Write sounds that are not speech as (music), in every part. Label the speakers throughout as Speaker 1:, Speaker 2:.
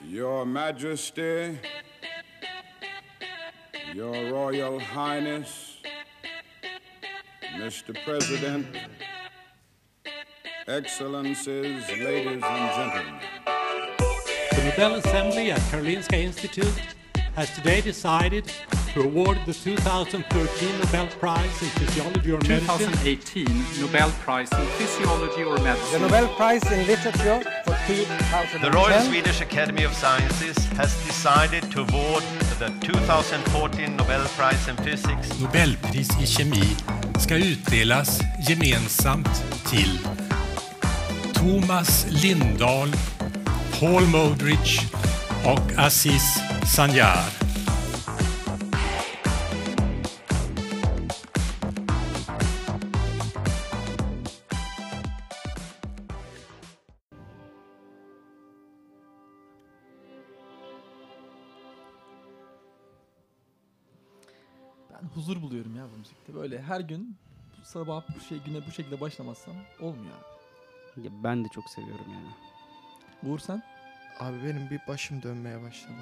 Speaker 1: Your Majesty, Your Royal Highness, Mr. President, Excellencies, ladies and gentlemen.
Speaker 2: The Nobel Assembly at Karolinska Institute has today decided to award the 2013 Nobel Prize in Physiology or Medicine
Speaker 3: 2018 Nobel Prize in Physiology or
Speaker 4: The
Speaker 3: Medicine.
Speaker 4: Nobel Prize in Literature for 2010.
Speaker 5: The Royal Swedish Academy of Sciences has decided to award the 2014 Nobel Prize in Physics
Speaker 6: Nobelpris i kemi ska utdelas gemensamt till Thomas Lindahl, Paul Modrich och Aziz Sanjar.
Speaker 7: Ben huzur buluyorum ya bu müzikte. Böyle her gün sabah bu şey güne bu şekilde başlamazsam olmuyor abi.
Speaker 8: Ya ben de çok seviyorum yani.
Speaker 7: Uğur sen?
Speaker 9: Abi benim bir başım dönmeye başladı.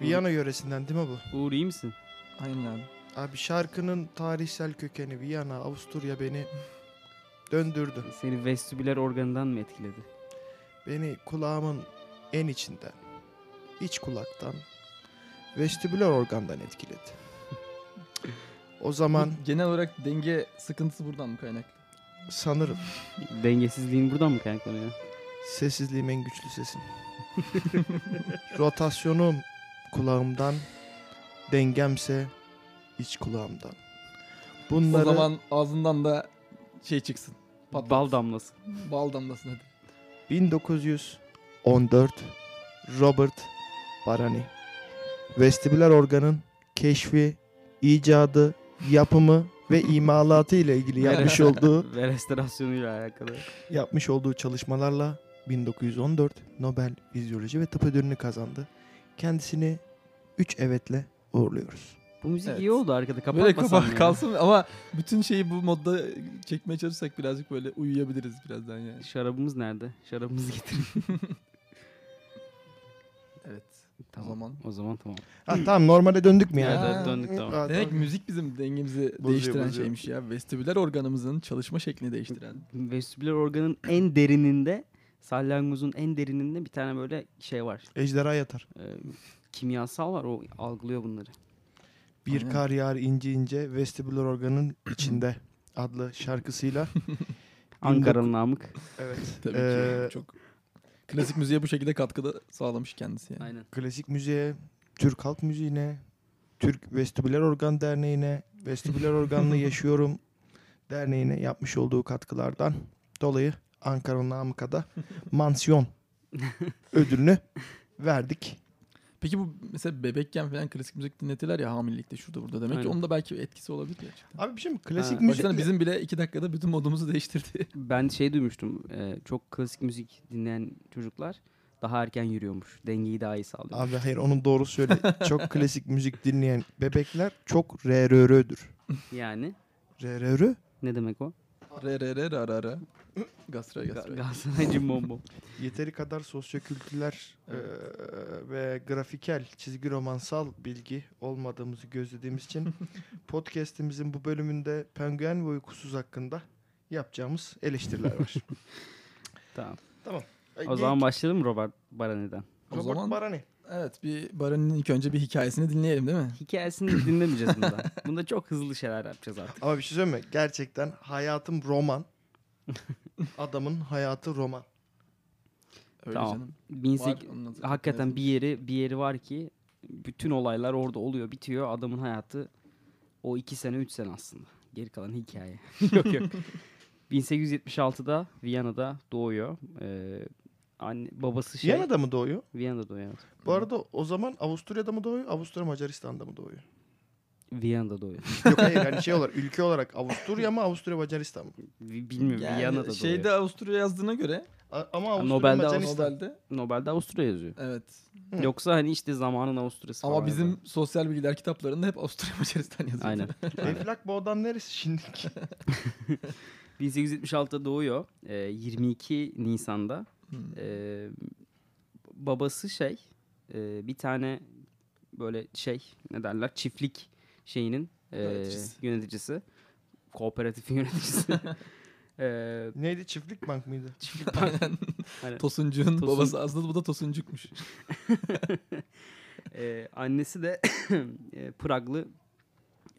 Speaker 9: Viyana yöresinden değil mi bu?
Speaker 8: Uğur iyi misin?
Speaker 7: Aynen abi.
Speaker 9: Abi şarkının tarihsel kökeni Viyana, Avusturya beni döndürdü.
Speaker 8: Seni vestibüler organından mı etkiledi?
Speaker 9: Beni kulağımın en içinden, iç kulaktan, vestibüler organdan etkiledi. O zaman
Speaker 7: Genel olarak denge sıkıntısı buradan mı kaynaklı?
Speaker 9: sanırım
Speaker 8: (laughs) Dengesizliğin buradan mı kaynaklanıyor?
Speaker 9: sessizliğim en güçlü sesim. (laughs) Rotasyonum kulağımdan, dengemse iç kulağımdan. Bunları...
Speaker 7: O zaman ağzından da şey çıksın. Patlat.
Speaker 8: Bal damlası.
Speaker 7: Bal damlasın hadi.
Speaker 9: 1914 Robert Barani. Vestibüler organın keşfi, icadı, yapımı
Speaker 8: (laughs)
Speaker 9: ve imalatı ile ilgili yapmış olduğu
Speaker 8: Ve restorasyonuyla alakalı.
Speaker 9: yapmış olduğu çalışmalarla 1914 Nobel Fizyoloji ve Tıp Ödülünü kazandı. Kendisini 3 evetle uğurluyoruz.
Speaker 8: Bu müzik
Speaker 7: Evet.
Speaker 8: iyi oldu arkada.
Speaker 7: Böyle
Speaker 8: Kapatmasam
Speaker 7: kapak kalsın ama bütün şeyi bu modda çekmeye çalışsak birazcık böyle uyuyabiliriz birazdan yani.
Speaker 8: Şarabımız nerede? Şarabımızı getirin.
Speaker 7: Evet. O zaman.
Speaker 8: O zaman tamam. Ee,
Speaker 9: Ha, Ah, tamam normale döndük mü
Speaker 8: Evet,
Speaker 9: yani?
Speaker 8: Hmm. evet, döndük tamam.
Speaker 9: Ha,
Speaker 7: Demek
Speaker 9: tamam.
Speaker 7: müzik bizim dengemizi
Speaker 9: Bozuyor,
Speaker 7: değiştiren
Speaker 9: bozuyor.
Speaker 7: şeymiş ya. Vestibüler organımızın çalışma şeklini değiştiren.
Speaker 8: Vestibüler organın en derininde salyangozun en derininde bir tane böyle şey var.
Speaker 9: Ejderha yatar.
Speaker 8: Ee, kimyasal var o algılıyor bunları.
Speaker 9: Bir
Speaker 7: Aynen.
Speaker 9: kar yağar ince ince vestibüler organın
Speaker 8: (clears throat)
Speaker 9: içinde adlı şarkısıyla
Speaker 8: Ankaralı Namık.
Speaker 9: Evet.
Speaker 7: Tabii
Speaker 9: Ee,
Speaker 7: ki çok klasik müziğe bu şekilde katkıda sağlamış kendisi yani.
Speaker 8: Aynen.
Speaker 9: Klasik müziğe, Türk halk müziğine, Türk Vestibüler Organ Derneği'ne, Vestibüler Organlı Yaşıyorum Derneği'ne yapmış olduğu katkılardan dolayı Ankara Namıka'da mansiyon ödülünü verdik.
Speaker 7: Peki bu mesela bebekken falan klasik müzik dinletirler ya hamilelikte şurada burada. Demek ki
Speaker 8: Aynen.
Speaker 7: onun da belki etkisi olabilir gerçekten.
Speaker 9: Abi bir şey mi? Klasik
Speaker 8: Ha.
Speaker 9: müzik
Speaker 7: Baksana bizim bile iki dakikada bütün modumuzu değiştirdi.
Speaker 8: Ben şey duymuştum. e, çok klasik müzik dinleyen çocuklar daha erken yürüyormuş. Dengeyi daha iyi sağlıyor.
Speaker 9: Abi hayır onun doğrusu şöyle. Çok klasik müzik dinleyen bebekler çok RRR'dür.
Speaker 8: Yani
Speaker 9: RRR?
Speaker 8: ne demek o?
Speaker 7: (laughs) re re re ra ra ra. Gastra gastra.
Speaker 8: Ga- Galatasaray'cı bombo.
Speaker 9: Yeteri kadar sosyokültürel eee, ve grafikel, çizgi romansal bilgi olmadığımızı gözlediğimiz için podcast'imizin bu bölümünde penguen ve uykusuz hakkında yapacağımız eleştiriler var.
Speaker 8: Tamam.
Speaker 9: (laughs) Ay,
Speaker 8: O
Speaker 9: ilk
Speaker 8: zaman başlayalım Robert Barani'den.
Speaker 7: o
Speaker 9: Robert
Speaker 7: zaman
Speaker 9: Barani.
Speaker 7: evet bir Baran'ın ilk önce bir hikayesini dinleyelim değil mi?
Speaker 8: Hikayesini dinlemeyeceğiz
Speaker 9: (laughs)
Speaker 8: bunda. Bunda çok hızlı şeyler yapacağız artık.
Speaker 9: Ama bir şey söyleyeyim mi? Gerçekten hayatım roman. Adamın hayatı roman.
Speaker 7: Öyle
Speaker 8: Tamam.
Speaker 7: canım. Var,
Speaker 8: 18
Speaker 7: onun adı-
Speaker 8: hakikaten
Speaker 7: yazılmış.
Speaker 8: bir yeri bir yeri var ki bütün olaylar orada oluyor, bitiyor. Adamın hayatı o 2 sene 3 sene aslında. Geri kalan hikaye. (laughs) yok
Speaker 9: (laughs)
Speaker 8: yok. 1876'da Viyana'da doğuyor. Ee, anne babası şey
Speaker 9: Viyana'da mı doğuyor?
Speaker 8: Viyana'da doğuyor. evet.
Speaker 9: Bu arada o zaman Avusturya'da mı doğuyor? Avusturya Macaristan'da mı doğuyor? (laughs)
Speaker 8: Viyana'da doğuyor. (laughs)
Speaker 9: Yok hayır yani şey olarak ülke olarak Avusturya mı Avusturya Macaristan mı?
Speaker 8: Bi- Bilmiyorum
Speaker 7: Yani
Speaker 8: Viyana'da
Speaker 7: şeyde
Speaker 8: doğuyor.
Speaker 7: Avusturya yazdığına göre
Speaker 9: A- ama Avusturya
Speaker 8: Nobel'de
Speaker 9: Macaristan.
Speaker 7: Nobel'de
Speaker 8: Nobel'de Avusturya yazıyor.
Speaker 7: evet.
Speaker 9: Hı.
Speaker 8: Yoksa hani işte zamanın Avusturya'sı
Speaker 7: Ama
Speaker 8: falan
Speaker 7: bizim
Speaker 8: yazıyor.
Speaker 7: sosyal bilgiler kitaplarında hep Avusturya (laughs) Macaristan yazıyor.
Speaker 9: (laughs)
Speaker 8: Aynen.
Speaker 9: Eflak Boğdan neresi şimdiki?
Speaker 8: 1876'da doğuyor. Ee, 22 Nisan'da.
Speaker 7: Hmm.
Speaker 8: Ee, babası şey e, bir tane böyle şey ne derler çiftlik şeyinin e,
Speaker 7: Yöneticisi.
Speaker 8: yöneticisi. Kooperatifin yöneticisi. E,
Speaker 9: Neydi çiftlik bank mıydı?
Speaker 8: çiftlik bank- Aynen.
Speaker 7: Tosuncuğun
Speaker 8: Tosun-
Speaker 7: babası aslında bu da Tosuncuk'muş.
Speaker 8: Ee, annesi de (coughs) e, Praglı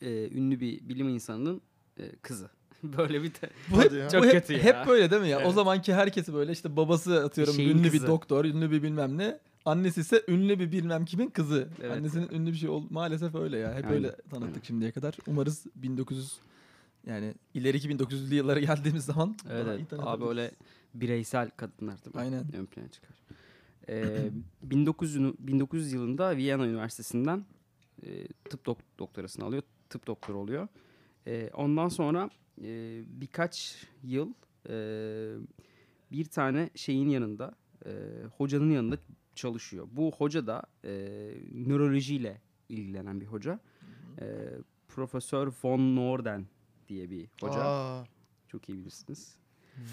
Speaker 8: e, ünlü bir bilim insanının e, kızı. (laughs) Böyle bir de
Speaker 7: Bu hep,
Speaker 9: Hadi ya.
Speaker 7: bu
Speaker 8: Çok
Speaker 7: hep,
Speaker 8: kötü ya.
Speaker 7: hep böyle değil mi ya? O
Speaker 8: Evet.
Speaker 7: zamanki herkesi böyle işte babası atıyorum
Speaker 8: Bir şeyin
Speaker 7: ünlü
Speaker 8: kızı.
Speaker 7: bir doktor, ünlü bir bilmem ne. Annesi ise ünlü bir bilmem kimin kızı.
Speaker 8: Evet.
Speaker 7: Annesinin ünlü bir şey ol maalesef öyle ya. Hep
Speaker 8: Aynen,
Speaker 7: öyle tanıttık
Speaker 8: aynen.
Speaker 7: şimdiye kadar. Umarız 1900 yani ileriki 1900'lü yıllara geldiğimiz zaman
Speaker 8: Evet,
Speaker 7: daha
Speaker 8: evet.
Speaker 7: iyi
Speaker 8: Abi
Speaker 7: tanıtabiliriz.
Speaker 8: öyle bireysel kadınlar tabii.
Speaker 7: Aynen.
Speaker 8: Ön plana çıkar. Ee, 1900, ünü- 1900 yılında Viyana Üniversitesi'nden e, tıp dok- doktorasını alıyor. Tıp doktoru oluyor. Ee, ondan sonra e, birkaç yıl e, bir tane şeyin yanında e, hocanın yanında çalışıyor. Bu hoca da e, nörolojiyle ilgilenen bir hoca. E, Profesör von Norden diye bir hoca.
Speaker 9: Aa,
Speaker 8: Çok iyi bilirsiniz.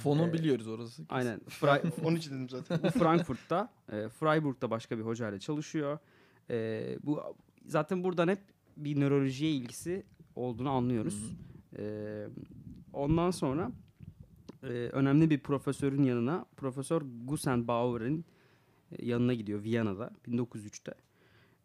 Speaker 7: Fonu
Speaker 8: Ee,
Speaker 7: biliyoruz orası. kesin.
Speaker 8: Aynen. Fra-
Speaker 9: onun için dedim
Speaker 7: (laughs)
Speaker 9: zaten.
Speaker 8: bu Frankfurt'ta, e, Freiburg'da başka bir hocayla çalışıyor. E, bu zaten buradan hep bir nörolojiye ilgisi olduğunu anlıyoruz. E, ondan sonra e, önemli bir profesörün yanına Profesör Gusenbauer'in e, yanına gidiyor Viyana'da 1903'te.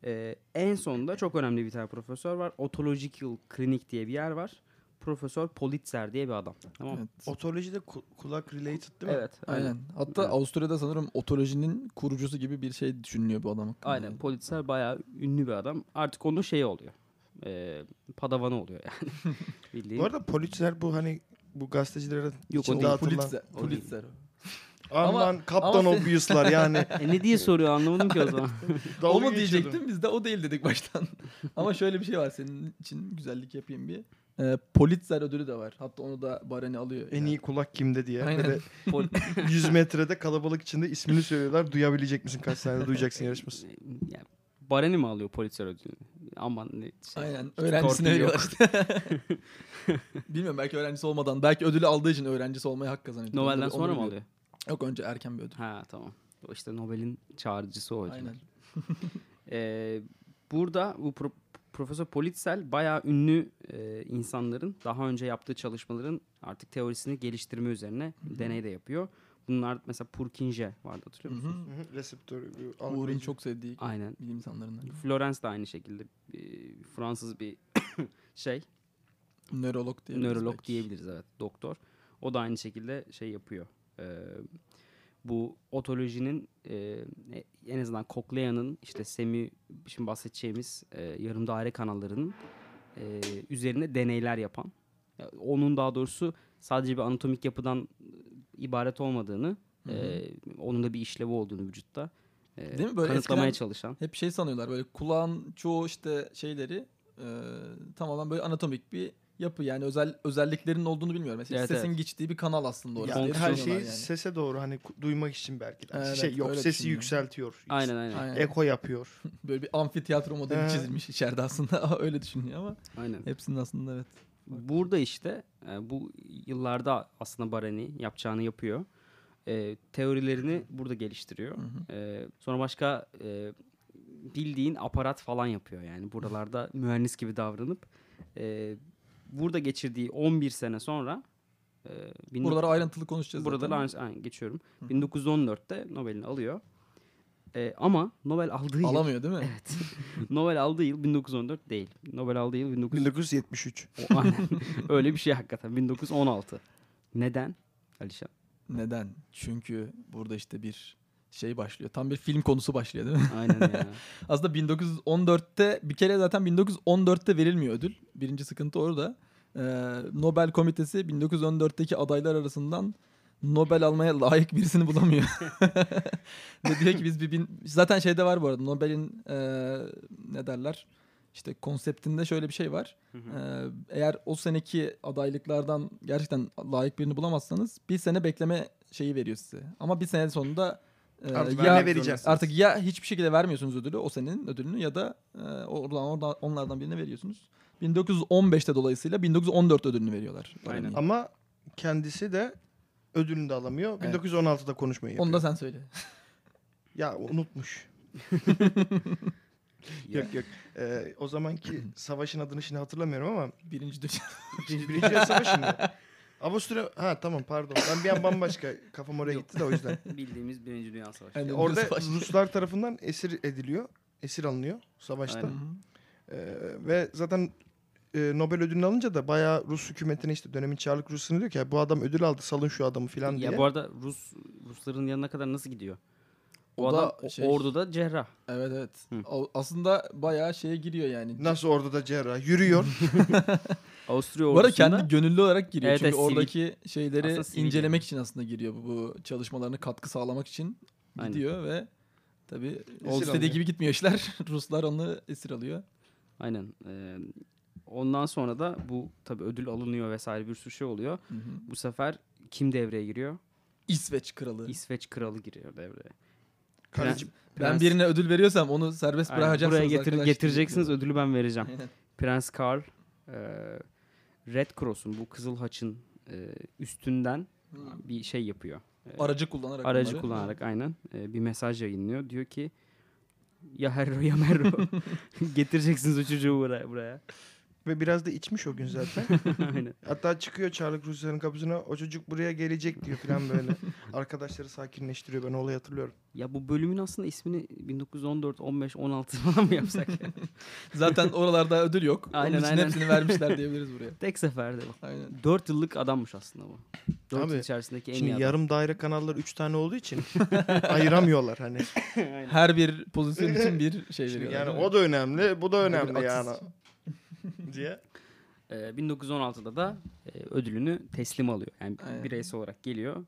Speaker 8: E, en sonunda çok önemli bir tane profesör var. Otological Clinic diye bir yer var. Profesör Politzer diye bir adam. Tamam. mı?
Speaker 7: Evet.
Speaker 9: Otolojide ku- kulak related değil mi?
Speaker 8: Evet.
Speaker 7: Aynen. Hatta
Speaker 8: Evet.
Speaker 7: Avusturya'da sanırım otolojinin kurucusu gibi bir şey düşünülüyor bu adam hakkında.
Speaker 8: Aynen Politzer bayağı ünlü bir adam. Artık onun şeyi oluyor. Ee, padavanı oluyor yani.
Speaker 7: (laughs)
Speaker 8: Bildiğin.
Speaker 9: Bu arada Pulitzer bu hani bu gazetecilerin
Speaker 8: Yok,
Speaker 9: içinde
Speaker 8: o değil.
Speaker 9: atılan-
Speaker 7: Şey, Pulitzer.
Speaker 8: O değil.
Speaker 7: Pulitzer.
Speaker 9: Aman
Speaker 7: Ama-
Speaker 9: kaptan
Speaker 7: ama- (laughs)
Speaker 9: obvious'lar yani.
Speaker 8: E, ne diye soruyor anlamadım ki o zaman. (laughs)
Speaker 9: Dalga
Speaker 7: Onu
Speaker 9: geçiyordum.
Speaker 7: diyecektim biz de o değil dedik baştan.
Speaker 9: (laughs)
Speaker 7: Ama şöyle bir şey var senin için güzellik yapayım bir. Ee, Pulitzer ödülü de var. Hatta onu da Barani alıyor.
Speaker 9: En iyi kulak kimde diye.
Speaker 7: Aynen. (laughs)
Speaker 9: Ve de
Speaker 8: Pol-
Speaker 9: (laughs) 100 metrede kalabalık içinde ismini söylüyorlar. Duyabilecek misin kaç saniye
Speaker 7: (laughs)
Speaker 9: duyacaksın yarışması.
Speaker 8: yani, Bareni mi alıyor Politzer ödülünü? Aman ne şey.
Speaker 7: Aynen
Speaker 8: torpil
Speaker 7: öğrencisine
Speaker 8: yok. (laughs)
Speaker 7: veriyorlar (laughs) işte. Bilmiyorum belki öğrencisi olmadan belki ödülü aldığı için öğrencisi olmaya hak kazanıyor.
Speaker 8: Nobel'den
Speaker 7: Onu- onu
Speaker 8: sonra mı
Speaker 7: biliyorum.
Speaker 8: alıyor?
Speaker 7: Yok önce erken bir ödül.
Speaker 8: Ha tamam. O işte Nobel'in çağrıcısı o.
Speaker 7: Aynen.
Speaker 8: Ee, burada bu pro- Profesör Politzer bayağı ünlü e, insanların daha önce yaptığı çalışmaların artık teorisini geliştirme üzerine deney de yapıyor. Bunlar mesela Purkinje vardı hatırlıyor musun?
Speaker 7: Hı-hı.
Speaker 9: Reseptörü.
Speaker 7: Uğur'un çok sevdiği
Speaker 8: Aynen.
Speaker 7: bilim insanlarından.
Speaker 8: Florence de aynı şekilde e, Fransız bir (coughs) şey
Speaker 7: Nörolog diye.
Speaker 8: nörolog diyebiliriz evet doktor. O da aynı şekilde şey yapıyor. Ee, bu otolojinin e, en azından kokleyanın işte semi şimdi bahsedeceğimiz e, yarım daire kanallarının e, üzerine deneyler yapan. Ya, Onun daha doğrusu sadece bir anatomik yapıdan e, ibaret olmadığını,
Speaker 7: Hı hı.
Speaker 8: e, onun da bir işlevi olduğunu vücutta e,
Speaker 7: Değil mi? Böyle
Speaker 8: kanıtlamaya
Speaker 7: eskiden-
Speaker 8: çalışan.
Speaker 7: Hep şey sanıyorlar böyle kulağın çoğu işte şeyleri e, tamamen böyle anatomik bir yapı yani özel özelliklerinin olduğunu bilmiyorum. Mesela
Speaker 8: Evet,
Speaker 7: sesin
Speaker 8: evet.
Speaker 7: geçtiği bir kanal aslında orası.
Speaker 9: Yani
Speaker 7: diye
Speaker 9: her şeyi
Speaker 7: düşünüyorlar yani.
Speaker 9: sese doğru hani ku- duymak için belki de.
Speaker 7: Evet,
Speaker 9: şey yok
Speaker 7: öyle
Speaker 9: sesi
Speaker 7: düşünüyorum.
Speaker 9: yükseltiyor.
Speaker 8: Aynen aynen.
Speaker 7: Aynen.
Speaker 9: Eko
Speaker 7: (laughs)
Speaker 9: yapıyor.
Speaker 7: Böyle bir amfiteyatro modeli
Speaker 9: Ee.
Speaker 7: çizilmiş içeride aslında (laughs) öyle düşünüyor ama
Speaker 8: aynen.
Speaker 7: hepsinin aslında evet.
Speaker 8: Burada işte e, bu yıllarda aslında Barani yapacağını yapıyor. E, teorilerini burada geliştiriyor. E, sonra başka e, bildiğin aparat falan yapıyor yani.
Speaker 7: (laughs)
Speaker 8: Buralarda mühendis gibi davranıp e, burada geçirdiği 11 sene sonra e, bin-
Speaker 7: Buraları ayrıntılı konuşacağız
Speaker 8: buraları
Speaker 7: zaten.
Speaker 8: aynı- aynen, geçiyorum. 1914'te Nobel'ini alıyor. E, ama Nobel aldığı yıl,
Speaker 7: Alamıyor değil mi?
Speaker 8: Nobel aldığı yıl 1914 değil. Nobel aldığı yıl 1900
Speaker 9: 1973.
Speaker 8: o- aynen. (laughs) Öyle bir şey hakikaten. 1916. Neden? Alişan.
Speaker 7: Neden? Çünkü burada işte bir şey başlıyor. Tam bir film konusu başlıyor değil mi?
Speaker 8: Aynen ya.
Speaker 7: Aslında 1914'te bir kere zaten 1914'te verilmiyor ödül. Birinci sıkıntı orada. Ee, Nobel Komitesi 1914'teki adaylar arasından Nobel almaya layık birisini bulamıyor. Ve diyor ki biz bir bin... Zaten şeyde var bu arada Nobel'in ee, ne derler? İşte konseptinde şöyle bir şey var. Ee, eğer o seneki adaylıklardan gerçekten layık birini bulamazsanız bir sene bekleme şeyi veriyor size. Ama bir sene sonunda ee,
Speaker 9: Artık
Speaker 7: ya-
Speaker 9: ne vereceğim?
Speaker 7: Artık ya hiçbir şekilde vermiyorsunuz ödülü, o senenin ödülünü ya da e, oradan, oradan onlardan birine veriyorsunuz. 1915'te dolayısıyla 1914 ödülünü veriyorlar.
Speaker 8: Aynen.
Speaker 7: Örneğin.
Speaker 9: Ama kendisi de ödülünü de alamıyor.
Speaker 7: Evet.
Speaker 9: 1916'da konuşmayı yapıyor.
Speaker 7: Onu da sen söyle.
Speaker 9: Ya unutmuş.
Speaker 8: (laughs)
Speaker 9: yok yok. Ee,
Speaker 8: (laughs)
Speaker 9: o zamanki savaşın adını şimdi hatırlamıyorum ama
Speaker 7: (laughs) Birinci dünya.
Speaker 9: Birinci Dünya Savaşı mı? Avusturya... Ha tamam pardon. Ben bir an bambaşka kafam oraya gitti de o yüzden.
Speaker 8: (laughs) Bildiğimiz (laughs) Birinci Dünya Savaşı.
Speaker 7: Yani
Speaker 9: Orada
Speaker 7: Rus başkanı.
Speaker 9: Ruslar tarafından esir ediliyor. Esir alınıyor savaşta.
Speaker 8: Aynen.
Speaker 9: Ee, ve zaten e, Nobel ödülünü alınca da bayağı Rus hükümetine işte dönemin Çarlık Rusya'sını diyor ki "Ya bu adam ödül aldı salın şu adamı falan diye.
Speaker 8: Ya bu arada Rus Rusların yanına kadar nasıl gidiyor? O,
Speaker 7: O da
Speaker 8: adam o-
Speaker 7: şey-
Speaker 8: orduda cerrah.
Speaker 7: Evet evet.
Speaker 8: Hı.
Speaker 7: O- Aslında bayağı şeye giriyor yani.
Speaker 9: Nasıl orada da
Speaker 8: (laughs)
Speaker 9: cerrah yürüyor.
Speaker 8: Avusturya
Speaker 7: Bu arada
Speaker 8: ordusunda
Speaker 7: kendi gönüllü olarak giriyor.
Speaker 8: Evet,
Speaker 7: Çünkü
Speaker 8: evet, sivil.
Speaker 7: oradaki şeyleri
Speaker 8: Aslında sivil
Speaker 7: incelemek için aslında giriyor. Bu, bu çalışmalarına katkı sağlamak için
Speaker 8: Aynen.
Speaker 7: gidiyor ve tabii
Speaker 9: alıyor.
Speaker 7: istediği gibi gitmiyor işler. (laughs) Ruslar onu esir alıyor.
Speaker 8: Aynen. Ee, ondan sonra da bu tabii ödül alınıyor vesaire bir sürü şey oluyor. Bu sefer kim devreye giriyor?
Speaker 7: İsveç kralı.
Speaker 8: İsveç kralı giriyor devreye.
Speaker 9: Kaleci
Speaker 7: ben
Speaker 8: Prens-
Speaker 7: birine ödül veriyorsam onu serbest
Speaker 8: Aynen,
Speaker 7: bırakacaksınız
Speaker 8: Buraya getir-
Speaker 7: arkadaş
Speaker 8: getireceksiniz
Speaker 7: (laughs) diyor.
Speaker 8: ödülü ben vereceğim.
Speaker 7: Aynen.
Speaker 8: Prens Karl e, Red Cross'un bu Kızıl Haç'ın e, üstünden bir şey yapıyor.
Speaker 7: Aracı kullanarak.
Speaker 8: Aracı (laughs)
Speaker 7: Hmm. onları. Hmm.
Speaker 8: kullanarak aynen e, bir mesaj yayınlıyor. Diyor ki ya herro ya
Speaker 7: (laughs)
Speaker 8: merro (laughs) getireceksiniz o çocuğu buraya. buraya.
Speaker 9: ve biraz da içmiş o gün zaten.
Speaker 8: (laughs) aynen.
Speaker 9: Hatta çıkıyor Çarlık Rusya'nın kapısına o çocuk buraya gelecek diyor
Speaker 8: (laughs)
Speaker 9: falan böyle. Arkadaşları sakinleştiriyor ben olayı hatırlıyorum.
Speaker 8: Ya bu bölümün aslında ismini 1914, 15, 16 falan mı
Speaker 7: (laughs)
Speaker 8: yapsak?
Speaker 7: Zaten oralarda ödül yok.
Speaker 8: Aynen,
Speaker 7: Onun için
Speaker 8: aynen.
Speaker 7: hepsini vermişler diyebiliriz
Speaker 8: (laughs)
Speaker 7: buraya.
Speaker 8: Tek seferde bak.
Speaker 7: Aynen.
Speaker 8: 4 yıllık adammış aslında bu. 4
Speaker 9: Abi,
Speaker 8: yıl içerisindeki en iyi
Speaker 9: Şimdi
Speaker 8: adam.
Speaker 9: yarım daire kanallar 3 tane
Speaker 8: (laughs)
Speaker 9: olduğu için ayıramıyorlar hani.
Speaker 7: Her bir pozisyon için bir şey
Speaker 9: Şimdi
Speaker 7: veriyorlar.
Speaker 9: yani
Speaker 7: değil mi?
Speaker 9: o da önemli, bu da önemli
Speaker 7: Haksız.
Speaker 9: yani. diye.
Speaker 8: Ee, 1916'da da e, ödülünü teslim alıyor. Yani
Speaker 7: Aynen.
Speaker 8: bireysel olarak geliyor.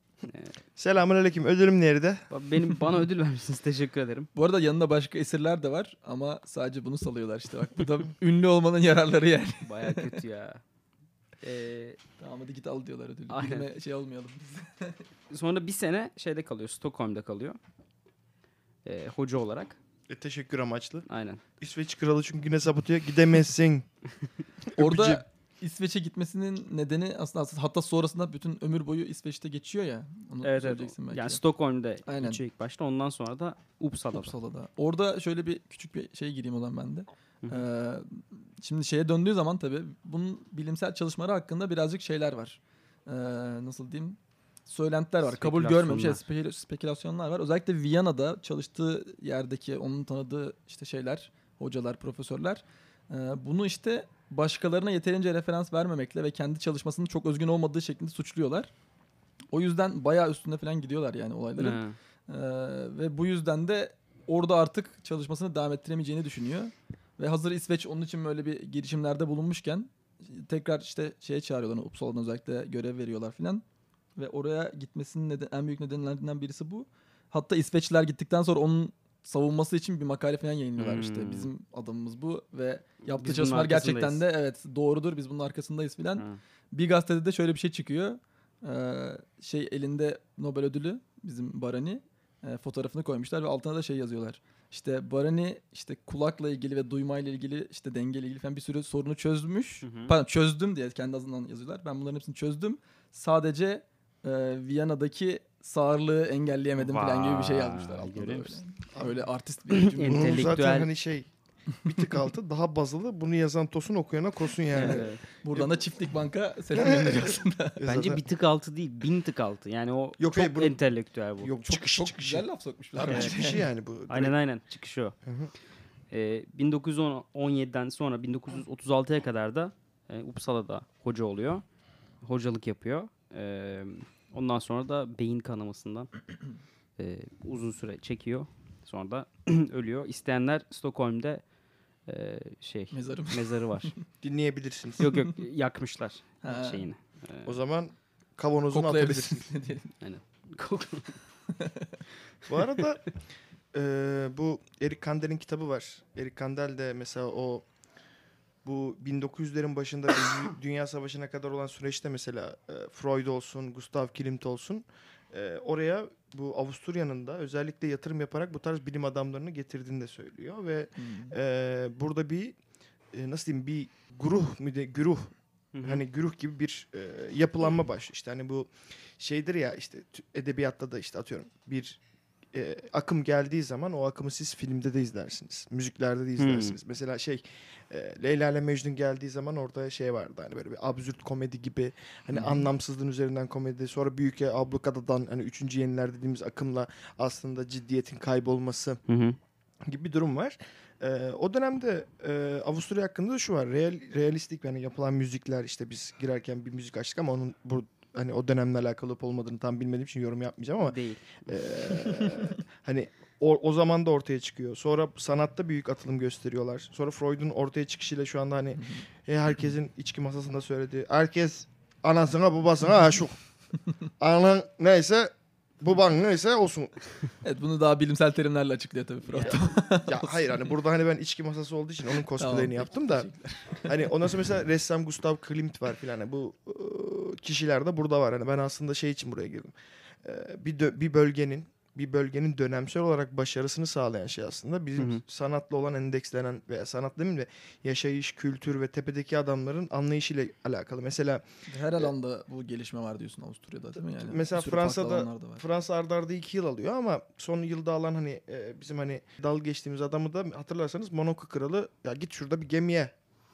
Speaker 9: Selamun aleyküm. Ödülüm nerede?
Speaker 8: Ba- Benim bana (laughs) ödül vermişsiniz. Teşekkür ederim.
Speaker 7: Bu arada yanında başka esirler de var ama sadece bunu salıyorlar işte bak. Bu da (laughs) ünlü olmanın yararları yani.
Speaker 8: Baya kötü ya. Ee,
Speaker 7: Tamam hadi git al diyorlar ödülü.
Speaker 8: Aynen.
Speaker 7: Birine şey olmayalım
Speaker 8: (laughs)
Speaker 7: biz.
Speaker 8: sonra bir sene şeyde kalıyor. Stockholm'da kalıyor. Ee, hoca olarak.
Speaker 9: E, teşekkür amaçlı.
Speaker 8: Aynen.
Speaker 9: İsveç kralı çünkü güne sabatıyor. Gidemezsin.
Speaker 7: Orada İsveç'e gitmesinin nedeni aslında aslında hatta sonrasında bütün ömür boyu İsveç'te geçiyor ya. Onu
Speaker 8: Evet evet.
Speaker 7: söyleyeceksin belki.
Speaker 8: Yani Stockholm'da
Speaker 7: Aynen.
Speaker 8: geçiyor ilk başta. Ondan sonra da Uppsala'da.
Speaker 7: Uppsala'da. Orada şöyle bir küçük bir şey gireyim o zaman ben de. Ee, şimdi şeye döndüğü zaman tabii bunun bilimsel çalışmaları hakkında birazcık şeyler var. Ee, nasıl diyeyim? Söylentiler var. Kabul görmemiş şey, spekül- spekülasyonlar var. Özellikle Viyana'da çalıştığı yerdeki onun tanıdığı işte şeyler, hocalar, profesörler ee, bunu işte başkalarına yeterince referans vermemekle ve kendi çalışmasının çok özgün olmadığı şeklinde suçluyorlar. O yüzden bayağı üstüne falan gidiyorlar yani olayların.
Speaker 8: Ha.
Speaker 7: Ee, ve bu yüzden de orada artık çalışmasını devam ettiremeyeceğini düşünüyor. Ve hazır İsveç onun için böyle bir girişimlerde bulunmuşken tekrar işte şeye çağırıyorlar hani Uppsala'dan özellikle görev veriyorlar filan. Ve oraya gitmesinin neden, en büyük nedenlerinden birisi bu. Hatta İsveçliler gittikten sonra onun savunması için bir makale falan yayınlıyorlar
Speaker 8: Hmm.
Speaker 7: işte. Bizim adamımız bu ve yaptığı
Speaker 8: bunun
Speaker 7: çalışmalar gerçekten de
Speaker 8: arkasındayız.
Speaker 7: evet doğrudur biz bunun arkasındayız filan.
Speaker 8: Ha.
Speaker 7: Bir gazetede de şöyle bir şey çıkıyor. Ee, şey elinde Nobel ödülü bizim Barani e, fotoğrafını koymuşlar ve altına da şey yazıyorlar. İşte Barani işte kulakla ilgili ve duymayla ilgili işte dengeyle ilgili falan bir sürü sorunu çözmüş.
Speaker 8: Hı hı.
Speaker 7: Pardon çözdüm diye kendi azından yazıyorlar. Ben bunların hepsini çözdüm. Sadece e, Viyana'daki sağırlığı engelleyemedim falan gibi bir şey yazmışlar
Speaker 8: Vay,
Speaker 7: altına. da
Speaker 8: görüyor
Speaker 7: Böyle.
Speaker 8: musun?
Speaker 7: Öyle artist bir cümle. (laughs)
Speaker 9: Bunun
Speaker 8: (laughs) Entelektüel.
Speaker 9: zaten hani şey bir tık altı daha bazılı. Bunu yazan Tosun okuyana kosun yani.
Speaker 8: Evet.
Speaker 7: Buradan da çiftlik banka selam (laughs) gönderiyor aslında.
Speaker 9: E
Speaker 8: (laughs) Bence
Speaker 9: zaten-
Speaker 8: bir tık altı değil, bin tık altı. Yani o
Speaker 9: Yok,
Speaker 8: çok
Speaker 9: hayır, bunu-
Speaker 8: entelektüel bu.
Speaker 9: Yok
Speaker 7: Çok,
Speaker 9: çıkışı
Speaker 7: çok
Speaker 9: çıkışı.
Speaker 7: güzel laf sokmuşlar.
Speaker 9: Abi
Speaker 7: yani.
Speaker 9: çıkışı yani bu.
Speaker 8: Aynen aynen çıkışı o.
Speaker 9: hı.
Speaker 8: Ee, 1917'den sonra 1936'ya kadar da e, Uppsala'da hoca oluyor. Hocalık yapıyor. Ee, ondan sonra da beyin kanamasından e, uzun süre çekiyor. Sonra da (clears throat) ölüyor. İsteyenler Stockholm'de e,
Speaker 7: (laughs)
Speaker 8: şey
Speaker 7: Mezarım.
Speaker 8: mezarı var.
Speaker 9: Dinleyebilirsiniz.
Speaker 8: yok yok yakmışlar
Speaker 7: Ha. (laughs)
Speaker 8: şeyini.
Speaker 9: O zaman kavanozunu atabilirsiniz.
Speaker 7: Koklayabilirsin diyelim.
Speaker 9: Bu arada e, bu Eric Kandel'in kitabı var. Eric Kandel de mesela o bu 1900'lerin başında Dü- Dünya Savaşı'na kadar olan süreçte mesela e, Freud olsun, Gustav Klimt olsun e, oraya bu Avusturya'nın da özellikle yatırım yaparak bu tarz bilim adamlarını getirdiğini de söylüyor ve e, burada bir e, nasıl diyeyim bir güruh mü de güruh hani güruh gibi bir e, yapılanma baş işte hani bu şeydir ya işte tü- edebiyatta da işte atıyorum bir e, akım geldiği zaman o akımı siz filmde de izlersiniz. Müziklerde de
Speaker 8: Hmm.
Speaker 9: izlersiniz. Mesela şey e, Leyla ile Mecnun geldiği zaman orada şey vardı hani böyle bir absürt komedi gibi hani
Speaker 8: Hmm.
Speaker 9: anlamsızlığın üzerinden komedi sonra Büyük Ablukada'dan hani üçüncü yeniler dediğimiz akımla aslında ciddiyetin kaybolması
Speaker 8: Hı hı.
Speaker 9: gibi bir durum var. Ee, o dönemde e, Avusturya hakkında da şu var. Real, realistik yani yapılan müzikler işte biz girerken bir müzik açtık ama onun bu hani o dönemle alakalı olup olmadığını tam bilmediğim için yorum yapmayacağım ama
Speaker 8: Değil.
Speaker 9: ee, hani o, o zaman da ortaya çıkıyor. Sonra sanatta büyük atılım gösteriyorlar. Sonra Freud'un ortaya çıkışıyla şu anda hani e, herkesin içki masasında söylediği herkes anasına babasına aşık. Anan neyse baban neyse olsun.
Speaker 7: Evet bunu daha bilimsel terimlerle açıklıyor tabii Fırat.
Speaker 9: Ya hayır hani burada hani ben içki masası olduğu için onun cosplay'ini
Speaker 7: Tamam, peki,
Speaker 9: yaptım da. Hani ondan sonra mesela ressam Gustav Klimt var filan. Hani Bu ıı, kişiler de burada var. Hani ben aslında şey için buraya girdim. Ee, Bir dö- bir bölgenin bir bölgenin dönemsel olarak başarısını sağlayan şey aslında bizim
Speaker 8: Hı hı.
Speaker 9: sanatla olan endekslenen veya sanat demeyeyim de yaşayış, kültür ve tepedeki adamların anlayışıyla alakalı. Mesela
Speaker 7: Her alanda bu gelişme var diyorsun Avusturya'da değil mi? Yani
Speaker 9: Mesela
Speaker 7: bir sürü farklı
Speaker 9: Fransa'da-
Speaker 7: alanlar da var.
Speaker 9: Fransa ardarda arda iki yıl alıyor ama son yılda alan hani e, bizim hani dal geçtiğimiz adamı da hatırlarsanız Monaco kralı ya git şurada bir gemiye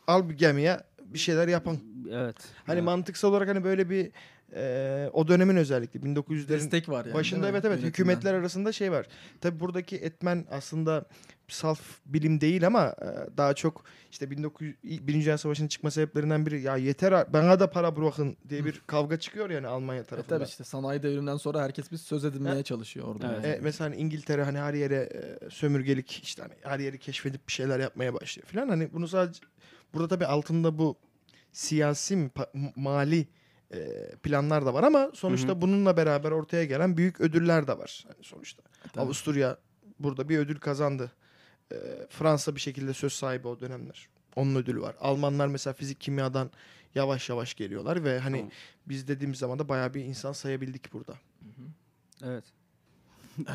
Speaker 9: al bir gemiye bir şeyler yapın.
Speaker 8: Evet.
Speaker 9: Hani
Speaker 8: evet.
Speaker 9: mantıksal olarak hani böyle bir e, o dönemin özellikle 1900'lerin
Speaker 7: Destek var yani.
Speaker 9: başında
Speaker 7: değil mi? E,
Speaker 9: evet evet
Speaker 7: Yönetimden.
Speaker 9: hükümetler arasında şey var. Tabi buradaki etmen aslında saf bilim değil ama e, daha çok işte 1900 Birinci Dünya Savaşı'nın çıkma sebeplerinden biri ya yeter a- bana da para bırakın diye bir kavga çıkıyor yani Almanya
Speaker 7: E
Speaker 9: tarafından.
Speaker 7: tabii işte sanayi devriminden sonra herkes bir söz edinmeye çalışıyor orada.
Speaker 8: Evet.
Speaker 7: yani.
Speaker 9: E, mesela hani İngiltere hani her yere e, sömürgelik işte hani her yeri keşfedip bir şeyler yapmaya başlıyor falan. Hani bunu sadece burada tabii altında bu siyasi mi, pa- m- mali e, planlar da var ama sonuçta bununla beraber ortaya gelen büyük ödüller de var. Yani sonuçta
Speaker 7: Tabii.
Speaker 9: Avusturya burada bir ödül kazandı. E, Fransa bir şekilde söz sahibi o dönemler. Onun ödülü var. Almanlar mesela fizik kimyadan yavaş yavaş geliyorlar ve hani
Speaker 8: Tamam.
Speaker 9: biz dediğimiz zaman da bayağı bir insan sayabildik burada.
Speaker 8: Evet.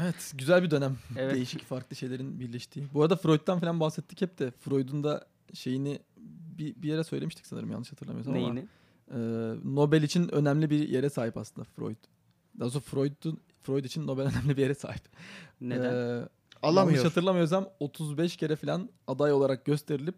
Speaker 7: Evet güzel bir dönem.
Speaker 8: Evet.
Speaker 7: Değişik farklı şeylerin birleştiği. Bu arada Freud'dan falan bahsettik hep de. Freud'un da şeyini bir, bir yere söylemiştik sanırım yanlış hatırlamıyorsam ama.
Speaker 8: Neyini?
Speaker 7: e, Nobel için önemli bir yere sahip aslında Freud. Daha doğrusu Freud'un Freud için Nobel (laughs) önemli bir yere sahip.
Speaker 8: Neden?
Speaker 7: Ee, yanlış
Speaker 9: Alamıyor.
Speaker 7: hatırlamıyorsam 35 kere falan aday olarak gösterilip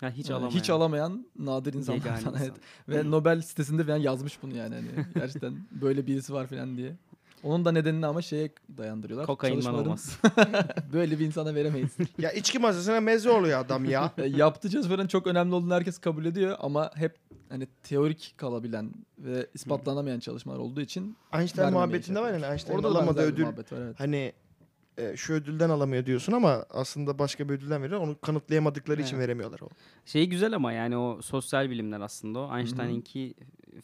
Speaker 8: ha, hiç
Speaker 7: e,
Speaker 8: alamayan.
Speaker 7: hiç alamayan nadir
Speaker 8: Yegane
Speaker 7: insanlardan (laughs) evet.
Speaker 8: insan.
Speaker 7: Ve Nobel sitesinde falan yazmış bunu yani. Hani gerçekten böyle birisi var falan diye. Onun da nedenini ama şeye dayandırıyorlar.
Speaker 8: Kokainman
Speaker 7: Çalışmaların
Speaker 8: olmaz.
Speaker 7: (laughs) Böyle bir insana veremeyiz.
Speaker 9: Ya içki masasına meze oluyor
Speaker 7: (laughs)
Speaker 9: adam ya.
Speaker 7: E, Yaptığı cezverin çok önemli olduğunu herkes kabul ediyor ama hep hani teorik kalabilen ve ispatlanamayan çalışmalar olduğu için
Speaker 9: Einstein
Speaker 7: Vermemeye
Speaker 9: muhabbetinde var
Speaker 7: çalışıyor.
Speaker 9: yani Einstein
Speaker 7: Orada da
Speaker 9: alamadı
Speaker 7: benzer bir
Speaker 9: ödül.
Speaker 7: muhabbet var, evet.
Speaker 9: Hani e, şu ödülden alamıyor diyorsun ama aslında başka bir ödülden veriyor. Onu kanıtlayamadıkları için veremiyorlar o.
Speaker 8: Şeyi Şey güzel ama yani o sosyal bilimler aslında o. Einstein'inki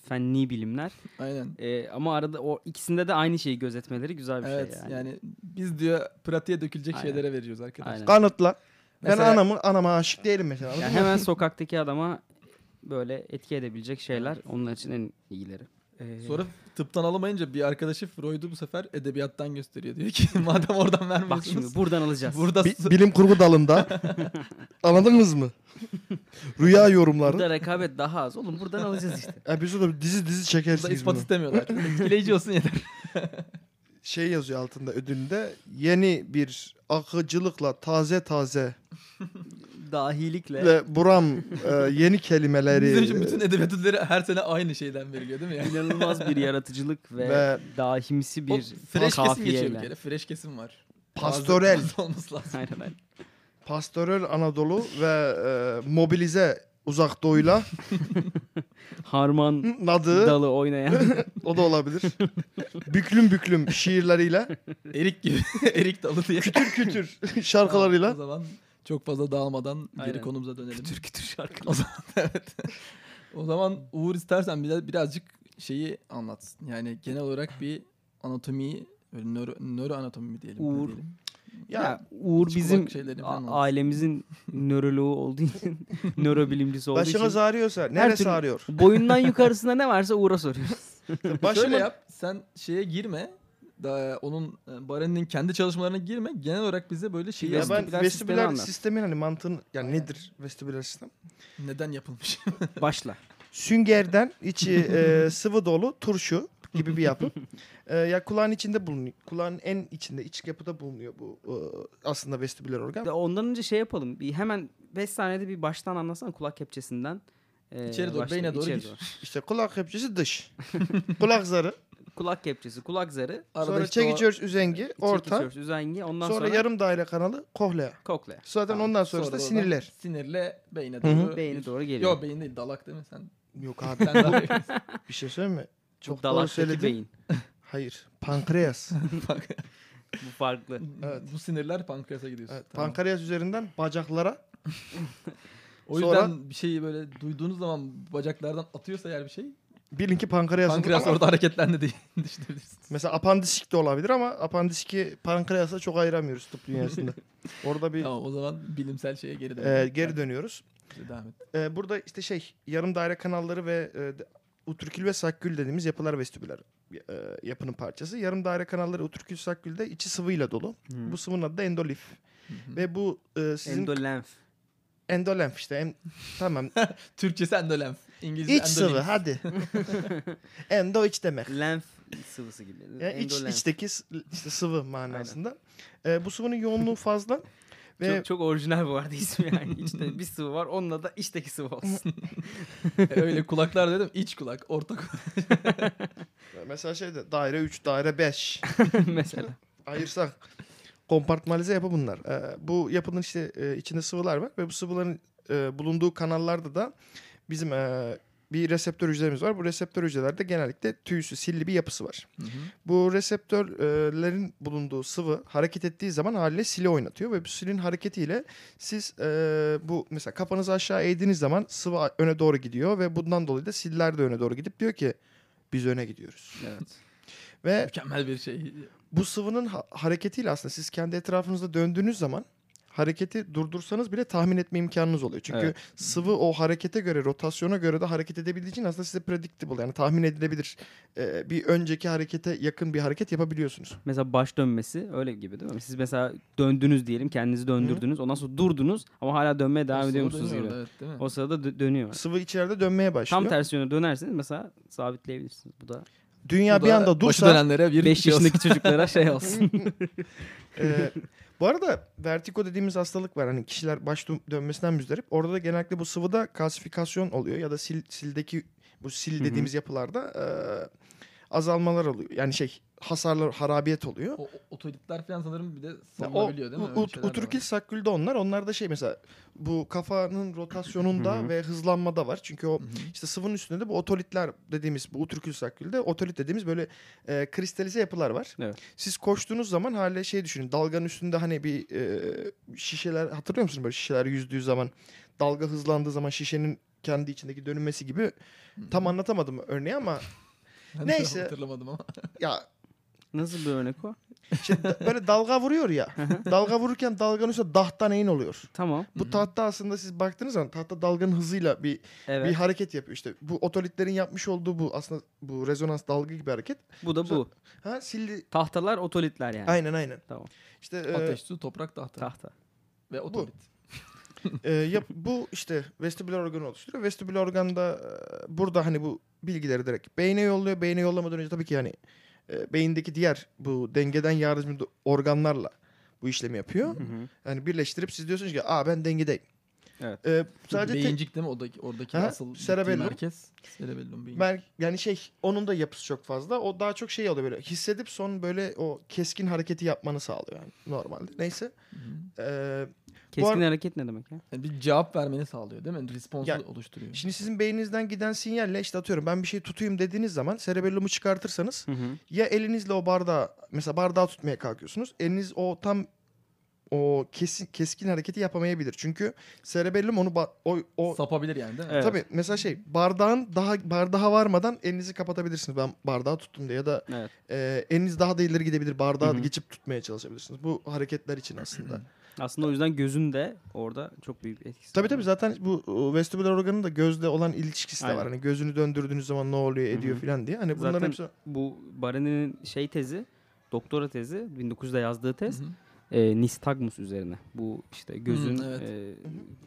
Speaker 8: fenni bilimler.
Speaker 7: Aynen.
Speaker 8: Ee, ama arada o ikisinde de aynı şeyi gözetmeleri güzel bir
Speaker 7: Evet
Speaker 8: şey
Speaker 7: yani.
Speaker 8: yani.
Speaker 7: biz diyor pratiğe dökülecek
Speaker 8: Aynen.
Speaker 7: şeylere veriyoruz arkadaşlar.
Speaker 8: Aynen.
Speaker 9: Kanıtla.
Speaker 7: Mesela-
Speaker 9: Ben anamı anama aşık değilim mesela. anladın
Speaker 8: Yani
Speaker 9: mı?
Speaker 7: (laughs)
Speaker 8: hemen sokaktaki adama böyle etki edebilecek şeyler onlar için en iyileri. Ee,
Speaker 7: Sonra tıptan alamayınca bir arkadaşı Freud'u bu sefer edebiyattan gösteriyor. Diyor ki (laughs) madem oradan
Speaker 8: bak şimdi
Speaker 7: vermiyorsunuz.
Speaker 8: buradan alacağız.
Speaker 7: burada
Speaker 9: Bi- (laughs) bilim
Speaker 7: (laughs)
Speaker 9: kurgu dalında. Anladınız mı? Rüya yorumları.
Speaker 8: Burada rekabet daha az. Oğlum buradan alacağız
Speaker 7: (laughs)
Speaker 8: işte.
Speaker 9: Epizoda dizi dizi
Speaker 7: burada
Speaker 9: çekersiniz
Speaker 7: ispat
Speaker 9: bunu.
Speaker 7: istemiyorlar. Etkileyici olsun yeter.
Speaker 9: Şey yazıyor altında ödülünde. Yeni bir akıcılıkla taze taze
Speaker 8: Dahilikle.
Speaker 9: ve buram e, yeni
Speaker 7: Bizim
Speaker 9: kelimeleri
Speaker 7: için bütün edebiyat ödülleri her sene aynı şeyden veriliyor değil mi? Yani?
Speaker 8: inanılmaz bir yaratıcılık ve,
Speaker 9: Ve-
Speaker 8: dahimsi
Speaker 7: O
Speaker 8: bir
Speaker 7: fresh kesim geçiyor bir
Speaker 8: kafiyeyle.
Speaker 7: kere. Fresh kesim var.
Speaker 9: Pastorel.
Speaker 7: Taze- taze olması lazım.
Speaker 8: Aynen aynen.
Speaker 9: Pastörel Anadolu ve e, mobilize uzak doğuyla (laughs)
Speaker 8: Harman
Speaker 9: nadı
Speaker 8: dalı
Speaker 7: (laughs)
Speaker 8: oynayan.
Speaker 9: o da olabilir. büklüm büklüm şiirleriyle,
Speaker 7: (laughs) Erik gibi. Erik dalı diye.
Speaker 9: kütür
Speaker 7: (laughs)
Speaker 9: kütür
Speaker 7: O
Speaker 9: şarkılarıyla.
Speaker 7: zaman çok fazla dağılmadan
Speaker 8: Aynen.
Speaker 7: geri konumuza dönelim. Kütür kütür
Speaker 8: şarkı.
Speaker 7: O zaman (laughs) evet. O zaman Uğur istersen biraz, birazcık şeyi anlat. Yani genel olarak bir anatomiyi böyle nöro, nöro anatomi mi diyelim? ne
Speaker 8: Uğur.
Speaker 7: diyelim?
Speaker 8: ya,
Speaker 9: Ya
Speaker 8: Uğur
Speaker 7: Hiç
Speaker 8: bizim
Speaker 7: kulak şeyleri
Speaker 8: a-
Speaker 7: falan olmaz.
Speaker 8: ailemizin (laughs) nöroloğu olduğu için, (laughs) nörobilimcisi olduğu için.
Speaker 9: başınız ağrıyorsa neresi
Speaker 8: türlü-
Speaker 9: ağrıyor?
Speaker 8: (laughs) Boyundan yukarısına ne varsa Uğur'a soruyoruz.
Speaker 7: Şöyle
Speaker 9: Başımın
Speaker 7: yap. Sen şeye girme. Daha onun e, Baren'in kendi çalışmalarına girme. Genel olarak bize böyle şey şeyi
Speaker 9: (laughs) ya
Speaker 7: anlat.
Speaker 9: ben
Speaker 8: vestibüler sistemi
Speaker 9: vestibüler
Speaker 8: anlat.
Speaker 9: sistemin hani mantığın yani nedir vestibüler sistem?
Speaker 7: neden yapılmış.
Speaker 8: Başla.
Speaker 7: (laughs)
Speaker 9: Süngerden içi e, sıvı dolu turşu gibi bir yapı. Ee, ya kulağın içinde bulunuyor. Kulağın en içinde, iç yapıda bulunuyor bu e, aslında vestibüler organ.
Speaker 8: De Ondan önce şey yapalım. Bir hemen 5 saniyede bir baştan anlatsana kulak kepçesinden. Ee,
Speaker 7: İçeri doğru,
Speaker 8: başlayıp
Speaker 7: beyne doğru
Speaker 8: içeri
Speaker 7: gir.
Speaker 9: İşte kulak
Speaker 7: (laughs)
Speaker 9: kepçesi dış. kulak zarı.
Speaker 8: (laughs) Kulak kepçesi, kulak zarı,
Speaker 7: Arada
Speaker 9: (laughs) sonra
Speaker 7: işte o-
Speaker 9: çekiçörs üzengi, orta.
Speaker 8: çekiciyoruz, üzengi, ondan
Speaker 9: sonra,
Speaker 8: sonra,
Speaker 9: yarım daire kanalı, kohlea.
Speaker 8: koklea.
Speaker 9: Zaten
Speaker 8: Tamam.
Speaker 9: ondan sonrası da
Speaker 7: oradan
Speaker 9: sinirler.
Speaker 7: Sinirle beyne
Speaker 9: Hı hı.
Speaker 7: doğru.
Speaker 8: Beyni doğru geliyor.
Speaker 7: Yok beyin değil dalak değil mi sen?
Speaker 9: Yok abi
Speaker 7: Sen dalak değilsin.
Speaker 9: (laughs) bir şey söyleyeyim mi?
Speaker 8: Çok
Speaker 9: Çok doğru
Speaker 8: dalaktaki
Speaker 9: söyledin.
Speaker 8: beyin.
Speaker 9: Hayır. Pankreas.
Speaker 7: Bak,
Speaker 8: Bu farklı.
Speaker 9: Evet.
Speaker 7: Bu sinirler pankreasa gidiyorsun.
Speaker 9: Evet,
Speaker 7: Tamam.
Speaker 9: Pankreas üzerinden bacaklara.
Speaker 7: O yüzden
Speaker 9: Sonra-
Speaker 7: bir şeyi böyle duyduğunuz zaman bacaklardan atıyorsa eğer bir şey
Speaker 9: Bilin ki pankreas. olur
Speaker 7: pankreas
Speaker 9: ama
Speaker 7: orada hareketlendi diye (laughs) düşünebilirsiniz.
Speaker 9: Mesela apandisit de olabilir ama apandisiki pankreasa çok ayıramıyoruz tıp dünyasında. Orada bir
Speaker 7: Tamam o zaman bilimsel şeye geri dön.
Speaker 9: e, geri dönüyoruz.
Speaker 7: Devam et.
Speaker 9: E, burada işte şey yarım daire kanalları ve e, de- utrikül ve sakkül dediğimiz yapılar vestibüler e, yapının parçası. Yarım daire kanalları utrikül sakkül de içi sıvıyla dolu. Bu sıvının adı da endolif. Ve bu e, sizin
Speaker 8: Endolenf.
Speaker 9: endolenf işte. En, (laughs) tamam.
Speaker 7: Türkçesi endolenf. İngilizce
Speaker 9: iç sıvı
Speaker 7: endolenf.
Speaker 9: (laughs) hadi. Endo iç demek.
Speaker 8: Lenf sıvısı gibi.
Speaker 9: Ya iç,
Speaker 8: Endolenf.
Speaker 9: içteki s- işte sıvı manasında. E, bu sıvının yoğunluğu fazla ve
Speaker 8: Çok, çok orijinal bu arada ismi yani. (laughs) İçte bir sıvı var onunla da içteki sıvı olsun.
Speaker 7: (laughs) Öyle kulaklar dedim iç kulak, orta kulak.
Speaker 9: mesela şey de daire 3, daire 5
Speaker 8: (laughs) Mesela.
Speaker 9: ayırsak kompartmalize yapı bunlar. Ee, bu yapının işte e, içinde sıvılar var ve bu sıvıların e, bulunduğu kanallarda da bizim e, bir reseptör hücremiz var. Bu reseptör hücrelerde genellikle tüysü, silli bir yapısı var. Bu reseptörlerin bulunduğu sıvı hareket ettiği zaman haliyle sili oynatıyor ve bu silin hareketiyle siz e, bu mesela kafanızı aşağı eğdiğiniz zaman sıvı a- öne doğru gidiyor ve bundan dolayı da siller de öne doğru gidip diyor ki biz öne gidiyoruz.
Speaker 8: evet.
Speaker 9: Ve
Speaker 7: Mükemmel bir şey.
Speaker 9: bu sıvının ha- hareketiyle aslında siz kendi etrafınızda döndüğünüz zaman hareketi durdursanız bile tahmin etme imkanınız oluyor. Çünkü
Speaker 8: Evet.
Speaker 9: sıvı o harekete göre, rotasyona göre de hareket edebildiği için aslında size predictable yani tahmin edilebilir e, bir önceki harekete yakın bir hareket yapabiliyorsunuz.
Speaker 8: Mesela baş dönmesi öyle gibi değil mi? Siz mesela döndünüz diyelim kendinizi döndürdünüz. Ondan sonra durdunuz ama hala dönmeye devam
Speaker 7: O
Speaker 8: ediyor
Speaker 7: sıvı
Speaker 8: musunuz gibi.
Speaker 7: dönüyor orada, Evet, değil mi?
Speaker 8: O sırada dö- dönüyor.
Speaker 9: Sıvı içeride dönmeye başlıyor.
Speaker 8: Tam tersi yöne dönerseniz mesela sabitleyebilirsiniz. Bu da
Speaker 9: Dünya
Speaker 7: Bu
Speaker 9: bir
Speaker 7: da
Speaker 9: anda
Speaker 7: Başı
Speaker 9: dursa
Speaker 7: dönenlere bir
Speaker 8: 5
Speaker 7: şey olsun.
Speaker 8: yaşındaki çocuklara şey olsun. (laughs)
Speaker 9: Ee, bu arada vertigo dediğimiz hastalık var. Hani kişiler baş dö- dönmesinden müzdarip. Orada da genellikle bu sıvıda kalsifikasyon oluyor ya da sil, sildeki bu sil
Speaker 8: hı.
Speaker 9: dediğimiz yapılarda e, azalmalar oluyor. Yani şey hasarlar, harabiyet oluyor.
Speaker 7: O, o- otolitler falan sanırım bir de
Speaker 9: Ya O,
Speaker 7: salınabiliyor değil mi? Öyle
Speaker 9: u-
Speaker 7: şeyler de var.
Speaker 9: utrukil sakkülde onlar. Onlar da şey mesela bu kafanın
Speaker 8: Hı
Speaker 9: rotasyonunda
Speaker 8: hı.
Speaker 9: ve hızlanmada var. Çünkü o
Speaker 7: Hı hı.
Speaker 9: işte sıvının üstünde de bu otolitler dediğimiz bu utrukil sakkülde otolit dediğimiz böyle e, kristalize yapılar var.
Speaker 8: Evet.
Speaker 9: Siz koştuğunuz zaman hala şey düşünün dalganın üstünde hani bir e, şişeler hatırlıyor musunuz böyle şişeler yüzdüğü zaman dalga hızlandığı zaman şişenin kendi içindeki dönünmesi gibi tam anlatamadım örneği ama
Speaker 7: Ben de
Speaker 9: Neyse.
Speaker 7: Hatırlamadım ama.
Speaker 9: ya
Speaker 8: Nasıl bir örnek o?
Speaker 9: işte da- böyle dalga vuruyor ya dalga vururken dalganın üstünde dahta neyin oluyor?
Speaker 8: Tamam.
Speaker 9: Bu tahta aslında siz baktığınız zaman tahta dalganın hızıyla bir
Speaker 8: Evet.
Speaker 9: bir hareket yapıyor işte. Bu otolitlerin yapmış olduğu bu aslında bu rezonans dalga gibi hareket.
Speaker 8: bu da bu.
Speaker 9: Ha sildi.
Speaker 8: Tahtalar otolitler yani.
Speaker 9: Aynen aynen.
Speaker 8: Tamam.
Speaker 9: İşte e,
Speaker 7: Ateş, su, toprak, tahta.
Speaker 8: Tahta.
Speaker 7: Ve otolit.
Speaker 9: e, yap- bu işte vestibüler organı oluşturuyor. Vestibüler organ da e, burada hani bu bilgileri direkt beyne yolluyor. Beyne yollamadan önce tabii ki hani e, beyindeki diğer bu dengeden yardımcı organlarla bu işlemi yapıyor.
Speaker 8: hı.
Speaker 9: Yani birleştirip siz diyorsunuz ki aa ben dengedeyim.
Speaker 8: Evet.
Speaker 9: E,
Speaker 7: Sadece
Speaker 9: sadece tek-
Speaker 7: Beyincik değil mi oradaki, oradaki
Speaker 9: Ha,
Speaker 7: asıl gittiği
Speaker 9: cerebellum.
Speaker 7: merkez? Cerebellum beyin.
Speaker 9: Ben yani şey onun da yapısı çok fazla. O daha çok şey alıyor böyle hissedip son böyle o keskin hareketi yapmanı sağlıyor yani normalde. Neyse. Ee, Bu
Speaker 8: Keskin
Speaker 9: ar-
Speaker 8: hareket ne demek ya?
Speaker 7: Yani bir cevap vermeni sağlıyor değil mi? Responsu
Speaker 9: Ya,
Speaker 7: oluşturuyor.
Speaker 9: şimdi sizin beyninizden giden sinyalle işte atıyorum ben bir şey tutayım dediğiniz zaman cerebellumu çıkartırsanız
Speaker 8: Hı hı.
Speaker 9: ya elinizle o bardağı mesela bardağı tutmaya kalkıyorsunuz. Eliniz o tam o kesin keskin hareketi yapamayabilir. Çünkü cerebellum onu ba- o, o
Speaker 7: Sapabilir yani değil mi?
Speaker 8: Evet.
Speaker 9: tabii mesela şey bardağın daha bardağa varmadan elinizi kapatabilirsiniz. Ben bardağı tuttum diye ya da
Speaker 8: Evet.
Speaker 9: Ee, eliniz daha da ileri gidebilir. Bardağı
Speaker 8: Hı hı.
Speaker 9: geçip tutmaya çalışabilirsiniz. Bu hareketler için aslında.
Speaker 8: Aslında o yüzden gözün de orada çok büyük bir etkisi.
Speaker 9: tabii
Speaker 8: var.
Speaker 9: tabii zaten bu e, vestibüler organının da gözle olan ilişkisi de
Speaker 8: Aynen.
Speaker 9: var. Hani gözünü döndürdüğünüz zaman ne oluyor ediyor
Speaker 8: hı.
Speaker 9: falan diye. Hani bunların
Speaker 8: Zaten-
Speaker 9: hepsi
Speaker 8: Bu Barani'nin şey tezi, doktora tezi, 1900'de yazdığı tez
Speaker 7: Hı hı.
Speaker 8: e, nistagmus üzerine. Bu işte gözün
Speaker 7: evet.
Speaker 8: e,
Speaker 7: hı.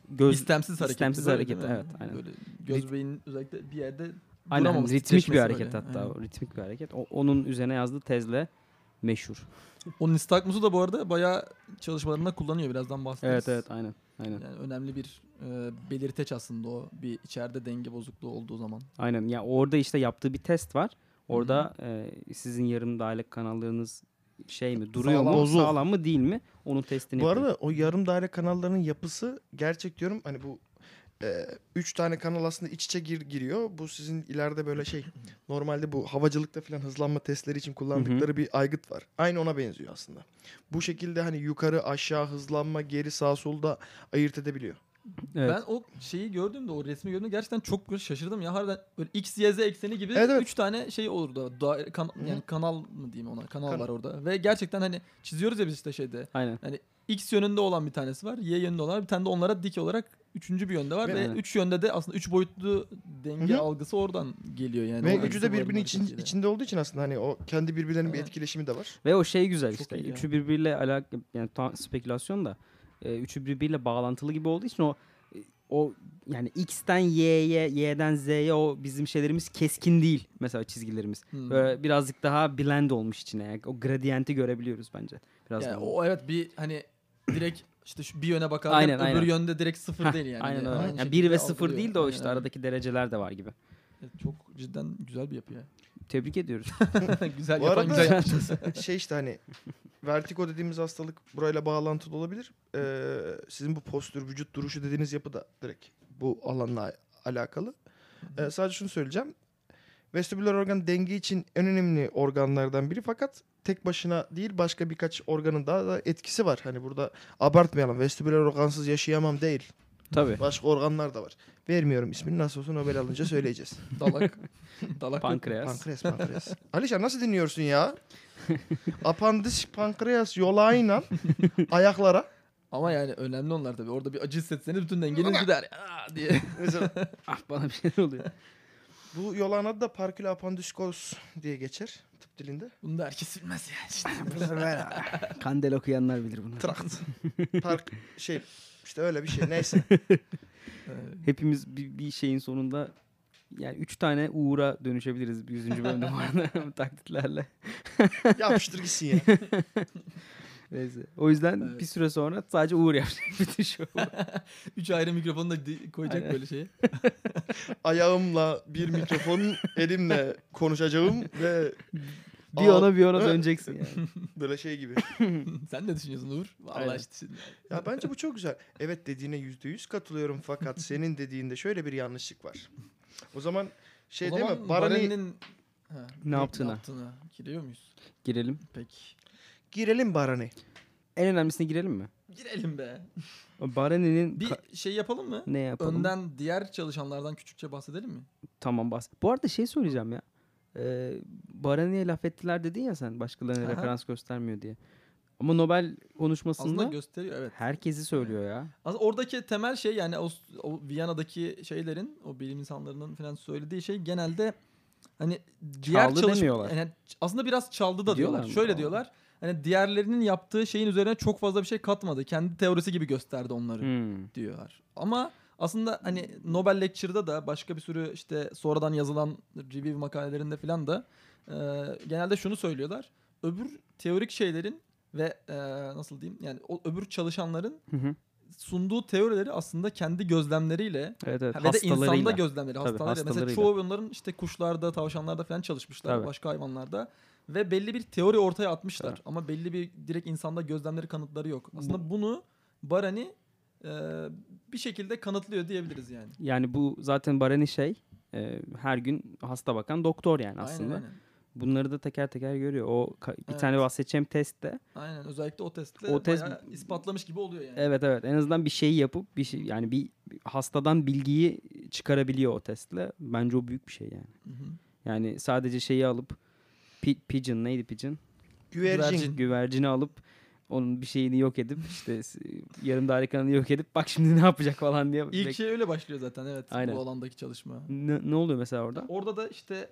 Speaker 8: göz
Speaker 7: İstemsiz hareket.
Speaker 8: İstemsiz
Speaker 7: Böyle değil mi?
Speaker 8: hareket, evet, aynen.
Speaker 7: Böyle göz beynin özellikle bir yerde
Speaker 8: Aynen hani
Speaker 7: Duramaması,
Speaker 8: ritmik bir
Speaker 7: titreşmesi
Speaker 8: hareket
Speaker 7: böyle.
Speaker 8: hatta.
Speaker 7: Aynen.
Speaker 8: o, Ritmik bir hareket. O- onun üzerine yazdığı tezle meşhur.
Speaker 7: Onun nistagmus'u da bu arada bayağı çalışmalarında kullanıyor. Birazdan bahsederiz.
Speaker 8: aynen. Aynen.
Speaker 7: Yani önemli bir e, belirteç aslında o. Bir içeride denge bozukluğu olduğu zaman.
Speaker 8: Aynen. Ya orada işte yaptığı bir test var. Orada e, sizin yarım dairlik kanallarınız şey mi duruyor
Speaker 9: Sağlam,
Speaker 8: mu
Speaker 9: bozuk.
Speaker 8: sağlam mı değil mi onun testini
Speaker 9: Bu
Speaker 8: yapıyor.
Speaker 9: arada o yarım daire kanallarının yapısı gerçek diyorum hani bu e, üç tane kanal aslında iç içe gir, giriyor. Bu sizin ileride böyle şey normalde bu havacılıkta falan hızlanma testleri için kullandıkları bir aygıt var. Aynı ona benziyor aslında. Bu şekilde hani yukarı aşağı hızlanma geri sağ solda ayırt edebiliyor.
Speaker 8: Evet.
Speaker 7: Ben o şeyi gördüğümde o resmi gördüğümde gerçekten çok böyle şaşırdım ya. Harbiden böyle X, Y, Z ekseni gibi
Speaker 9: Evet, evet.
Speaker 7: üç tane şey olurdu. Da, kan, yani kanal mı diyeyim ona? Kanal
Speaker 9: Kanal.
Speaker 7: var orada. Ve gerçekten hani çiziyoruz ya biz işte şeyde. Hani
Speaker 8: Aynen.
Speaker 7: X yönünde olan bir tanesi var. Y yönünde olan bir tane de onlara dik olarak üçüncü bir yönde var. Ve
Speaker 8: Evet.
Speaker 7: üç yönde de aslında üç boyutlu denge
Speaker 9: Hı hı.
Speaker 7: algısı oradan geliyor yani.
Speaker 9: Ve
Speaker 7: O
Speaker 9: üçü de
Speaker 7: ikisi
Speaker 9: birbirinin
Speaker 7: varın
Speaker 9: için,
Speaker 7: hareketiyle.
Speaker 9: içinde olduğu için aslında hani o kendi birbirlerinin bir
Speaker 7: Evet.
Speaker 9: etkileşimi de var.
Speaker 8: Ve o şey güzel
Speaker 7: Çok
Speaker 8: işte.
Speaker 7: iyi ya.
Speaker 8: Üçü birbiriyle alakalı yani tam spekülasyon da e, üçü birbiriyle bağlantılı gibi olduğu için o e, o yani X'ten Y'ye, Y'den Z'ye o bizim şeylerimiz keskin değil mesela çizgilerimiz.
Speaker 7: Hmm.
Speaker 8: Böyle birazcık daha blend olmuş içine. Yani o gradiyenti görebiliyoruz bence. Biraz
Speaker 7: Yani
Speaker 8: daha.
Speaker 7: o evet bir hani direkt işte şu bir yöne bakarken
Speaker 8: Aynen,
Speaker 7: öbür
Speaker 8: aynen.
Speaker 7: yönde direkt sıfır
Speaker 8: Hah,
Speaker 7: değil yani. Hani
Speaker 8: Aynen öyle.
Speaker 7: Aynı
Speaker 8: Yani
Speaker 7: şekilde
Speaker 8: 1 ve 0
Speaker 7: algılıyor.
Speaker 8: değil de o
Speaker 7: Aynen,
Speaker 8: işte
Speaker 7: aynen.
Speaker 8: aradaki dereceler de var gibi.
Speaker 7: Evet, Çok cidden güzel bir
Speaker 8: (laughs)
Speaker 7: yapı ya.
Speaker 8: Tebrik ediyoruz. (laughs)
Speaker 7: güzel
Speaker 9: Bu
Speaker 7: yapan
Speaker 9: arada-
Speaker 7: güzel yapmış.
Speaker 9: (laughs) şey işte hani vertigo dediğimiz hastalık burayla bağlantılı olabilir. Ee, sizin bu postür, vücut duruşu dediğiniz yapı da direkt bu alanla alakalı. Ee, sadece şunu söyleyeceğim. Vestibüler organ denge için en önemli organlardan biri fakat tek başına değil başka birkaç organın daha da etkisi var. Hani burada abartmayalım. Vestibüler organsız yaşayamam değil.
Speaker 8: Tabii.
Speaker 9: Başka organlar da var. Vermiyorum ismini. Nasıl olsa Nobel alınca söyleyeceğiz.
Speaker 7: Dalak. (laughs) Dalak.
Speaker 8: Pankreas. (laughs)
Speaker 9: Pankreas, pankreas. Alişan nasıl dinliyorsun ya? Apandis, pankreas, yolağıyla ayaklara.
Speaker 7: Ama yani önemli onlar tabii. Orada bir acı hissetseniz bütün dengeniz gider.
Speaker 8: (laughs)
Speaker 7: Aa diye.
Speaker 9: Mesela
Speaker 8: Ah bana bir şeyler oluyor.
Speaker 9: bu yolağın adı da parkül apandiskoz diye geçer tıp dilinde.
Speaker 7: Bunu da herkes bilmez yani. (laughs) işte.
Speaker 8: Kandel okuyanlar bilir bunu.
Speaker 9: Trakt. Park şey işte öyle bir şey neyse.
Speaker 8: Hepimiz bir, bir şeyin sonunda yani üç tane uğura dönüşebiliriz 100. bölümde bu arada (laughs) bu taklitlerle.
Speaker 9: Yapıştır gitsin ya.
Speaker 8: Neyse. O yüzden
Speaker 7: Evet.
Speaker 8: bir süre sonra sadece uğur yapacak (laughs) bütün show.
Speaker 7: Üç ayrı mikrofonu da di- koyacak
Speaker 8: Aynen.
Speaker 7: böyle şeyi. (laughs)
Speaker 9: Ayağımla bir mikrofon elimle konuşacağım ve
Speaker 8: bir ona bir ona
Speaker 9: Aa,
Speaker 8: döneceksin
Speaker 7: (laughs)
Speaker 8: yani.
Speaker 9: (laughs) böyle şey gibi.
Speaker 7: Sen ne düşünüyorsun Uğur? Vallahi
Speaker 8: Aynen.
Speaker 7: işte şimdi.
Speaker 9: Ya bence bu çok güzel. Evet dediğine yüzde yüz katılıyorum fakat senin dediğinde şöyle bir yanlışlık var. O zaman şey
Speaker 7: o
Speaker 9: değil
Speaker 7: zaman
Speaker 9: mi? Barani
Speaker 7: Barani'nin Ha,
Speaker 8: Ne yaptığına.
Speaker 7: yaptığına giriyor muyuz?
Speaker 8: Girelim.
Speaker 7: Peki.
Speaker 9: girelim Barani.
Speaker 8: En önemlisine girelim mi?
Speaker 7: Girelim be.
Speaker 8: Barani'nin
Speaker 7: Bir
Speaker 8: ka-
Speaker 7: şey yapalım mı?
Speaker 8: ne yapalım?
Speaker 7: Önden diğer çalışanlardan küçükçe bahsedelim mi?
Speaker 8: Tamam bas. Bu arada şey söyleyeceğim ya. Ee, Barani'ye laf ettiler dedin ya sen başkalarına
Speaker 7: Aha.
Speaker 8: referans göstermiyor diye. Ama Nobel konuşmasında
Speaker 7: Aslında gösteriyor evet.
Speaker 8: herkesi söylüyor ya.
Speaker 7: Aslında oradaki temel şey yani o, o Viyana'daki şeylerin, o bilim insanlarının falan söylediği şey genelde hani diğer
Speaker 8: Çaldı
Speaker 7: çalış
Speaker 8: demiyorlar.
Speaker 7: yani aslında biraz çaldı da
Speaker 8: Diyorlar
Speaker 7: diyorlar.
Speaker 8: mı?
Speaker 7: Şöyle
Speaker 8: Tamam.
Speaker 7: diyorlar. Hani diğerlerinin yaptığı şeyin üzerine çok fazla bir şey katmadı. Kendi teorisi gibi gösterdi onları
Speaker 8: Hmm.
Speaker 7: diyorlar. Ama aslında hani Nobel Lecture'da da başka bir sürü işte sonradan yazılan review makalelerinde falan da e, genelde şunu söylüyorlar. Öbür teorik şeylerin ve e, nasıl diyeyim yani o öbür çalışanların
Speaker 8: Hı hı.
Speaker 7: sunduğu teorileri aslında kendi gözlemleriyle
Speaker 8: Evet evet.
Speaker 7: ve de insanda
Speaker 8: Hastalarıyla.
Speaker 7: gözlemleri hastalarıyla. Mesela
Speaker 8: hastalarıyla.
Speaker 7: çoğu bunların işte kuşlarda, tavşanlarda falan çalışmışlar,
Speaker 8: Tabii.
Speaker 7: başka hayvanlarda ve belli bir teori ortaya atmışlar
Speaker 8: Tabii.
Speaker 7: ama belli bir direkt insanda gözlemleri kanıtları yok. Aslında bunu Barani e, bir şekilde kanıtlıyor diyebiliriz yani.
Speaker 8: Yani bu zaten Barani şey e, her gün hasta bakan doktor yani aslında.
Speaker 7: Aynen, aynen.
Speaker 8: Bunları da teker teker görüyor. O ka- bir
Speaker 7: Evet.
Speaker 8: tane bahsedeceğim testte.
Speaker 7: Aynen, özellikle o testle
Speaker 8: O test-
Speaker 7: bayağı ispatlamış gibi oluyor yani.
Speaker 8: Evet evet en azından bir şey yapıp bir şey yani bir bir hastadan bilgiyi çıkarabiliyor o testle. Bence o büyük bir şey yani.
Speaker 7: Hı hı.
Speaker 8: Yani sadece şeyi alıp pi- pigeon neydi pigeon?
Speaker 9: Güvercin.
Speaker 7: Güvercin.
Speaker 8: Güvercini alıp onun bir şeyini yok edip işte s- yarım daire kanalını yok edip bak şimdi ne yapacak falan diye.
Speaker 7: İlk
Speaker 8: bek-
Speaker 7: şey öyle başlıyor zaten evet
Speaker 8: Aynen.
Speaker 7: bu alandaki çalışma.
Speaker 8: ne, ne oluyor mesela orada?
Speaker 7: Orada da işte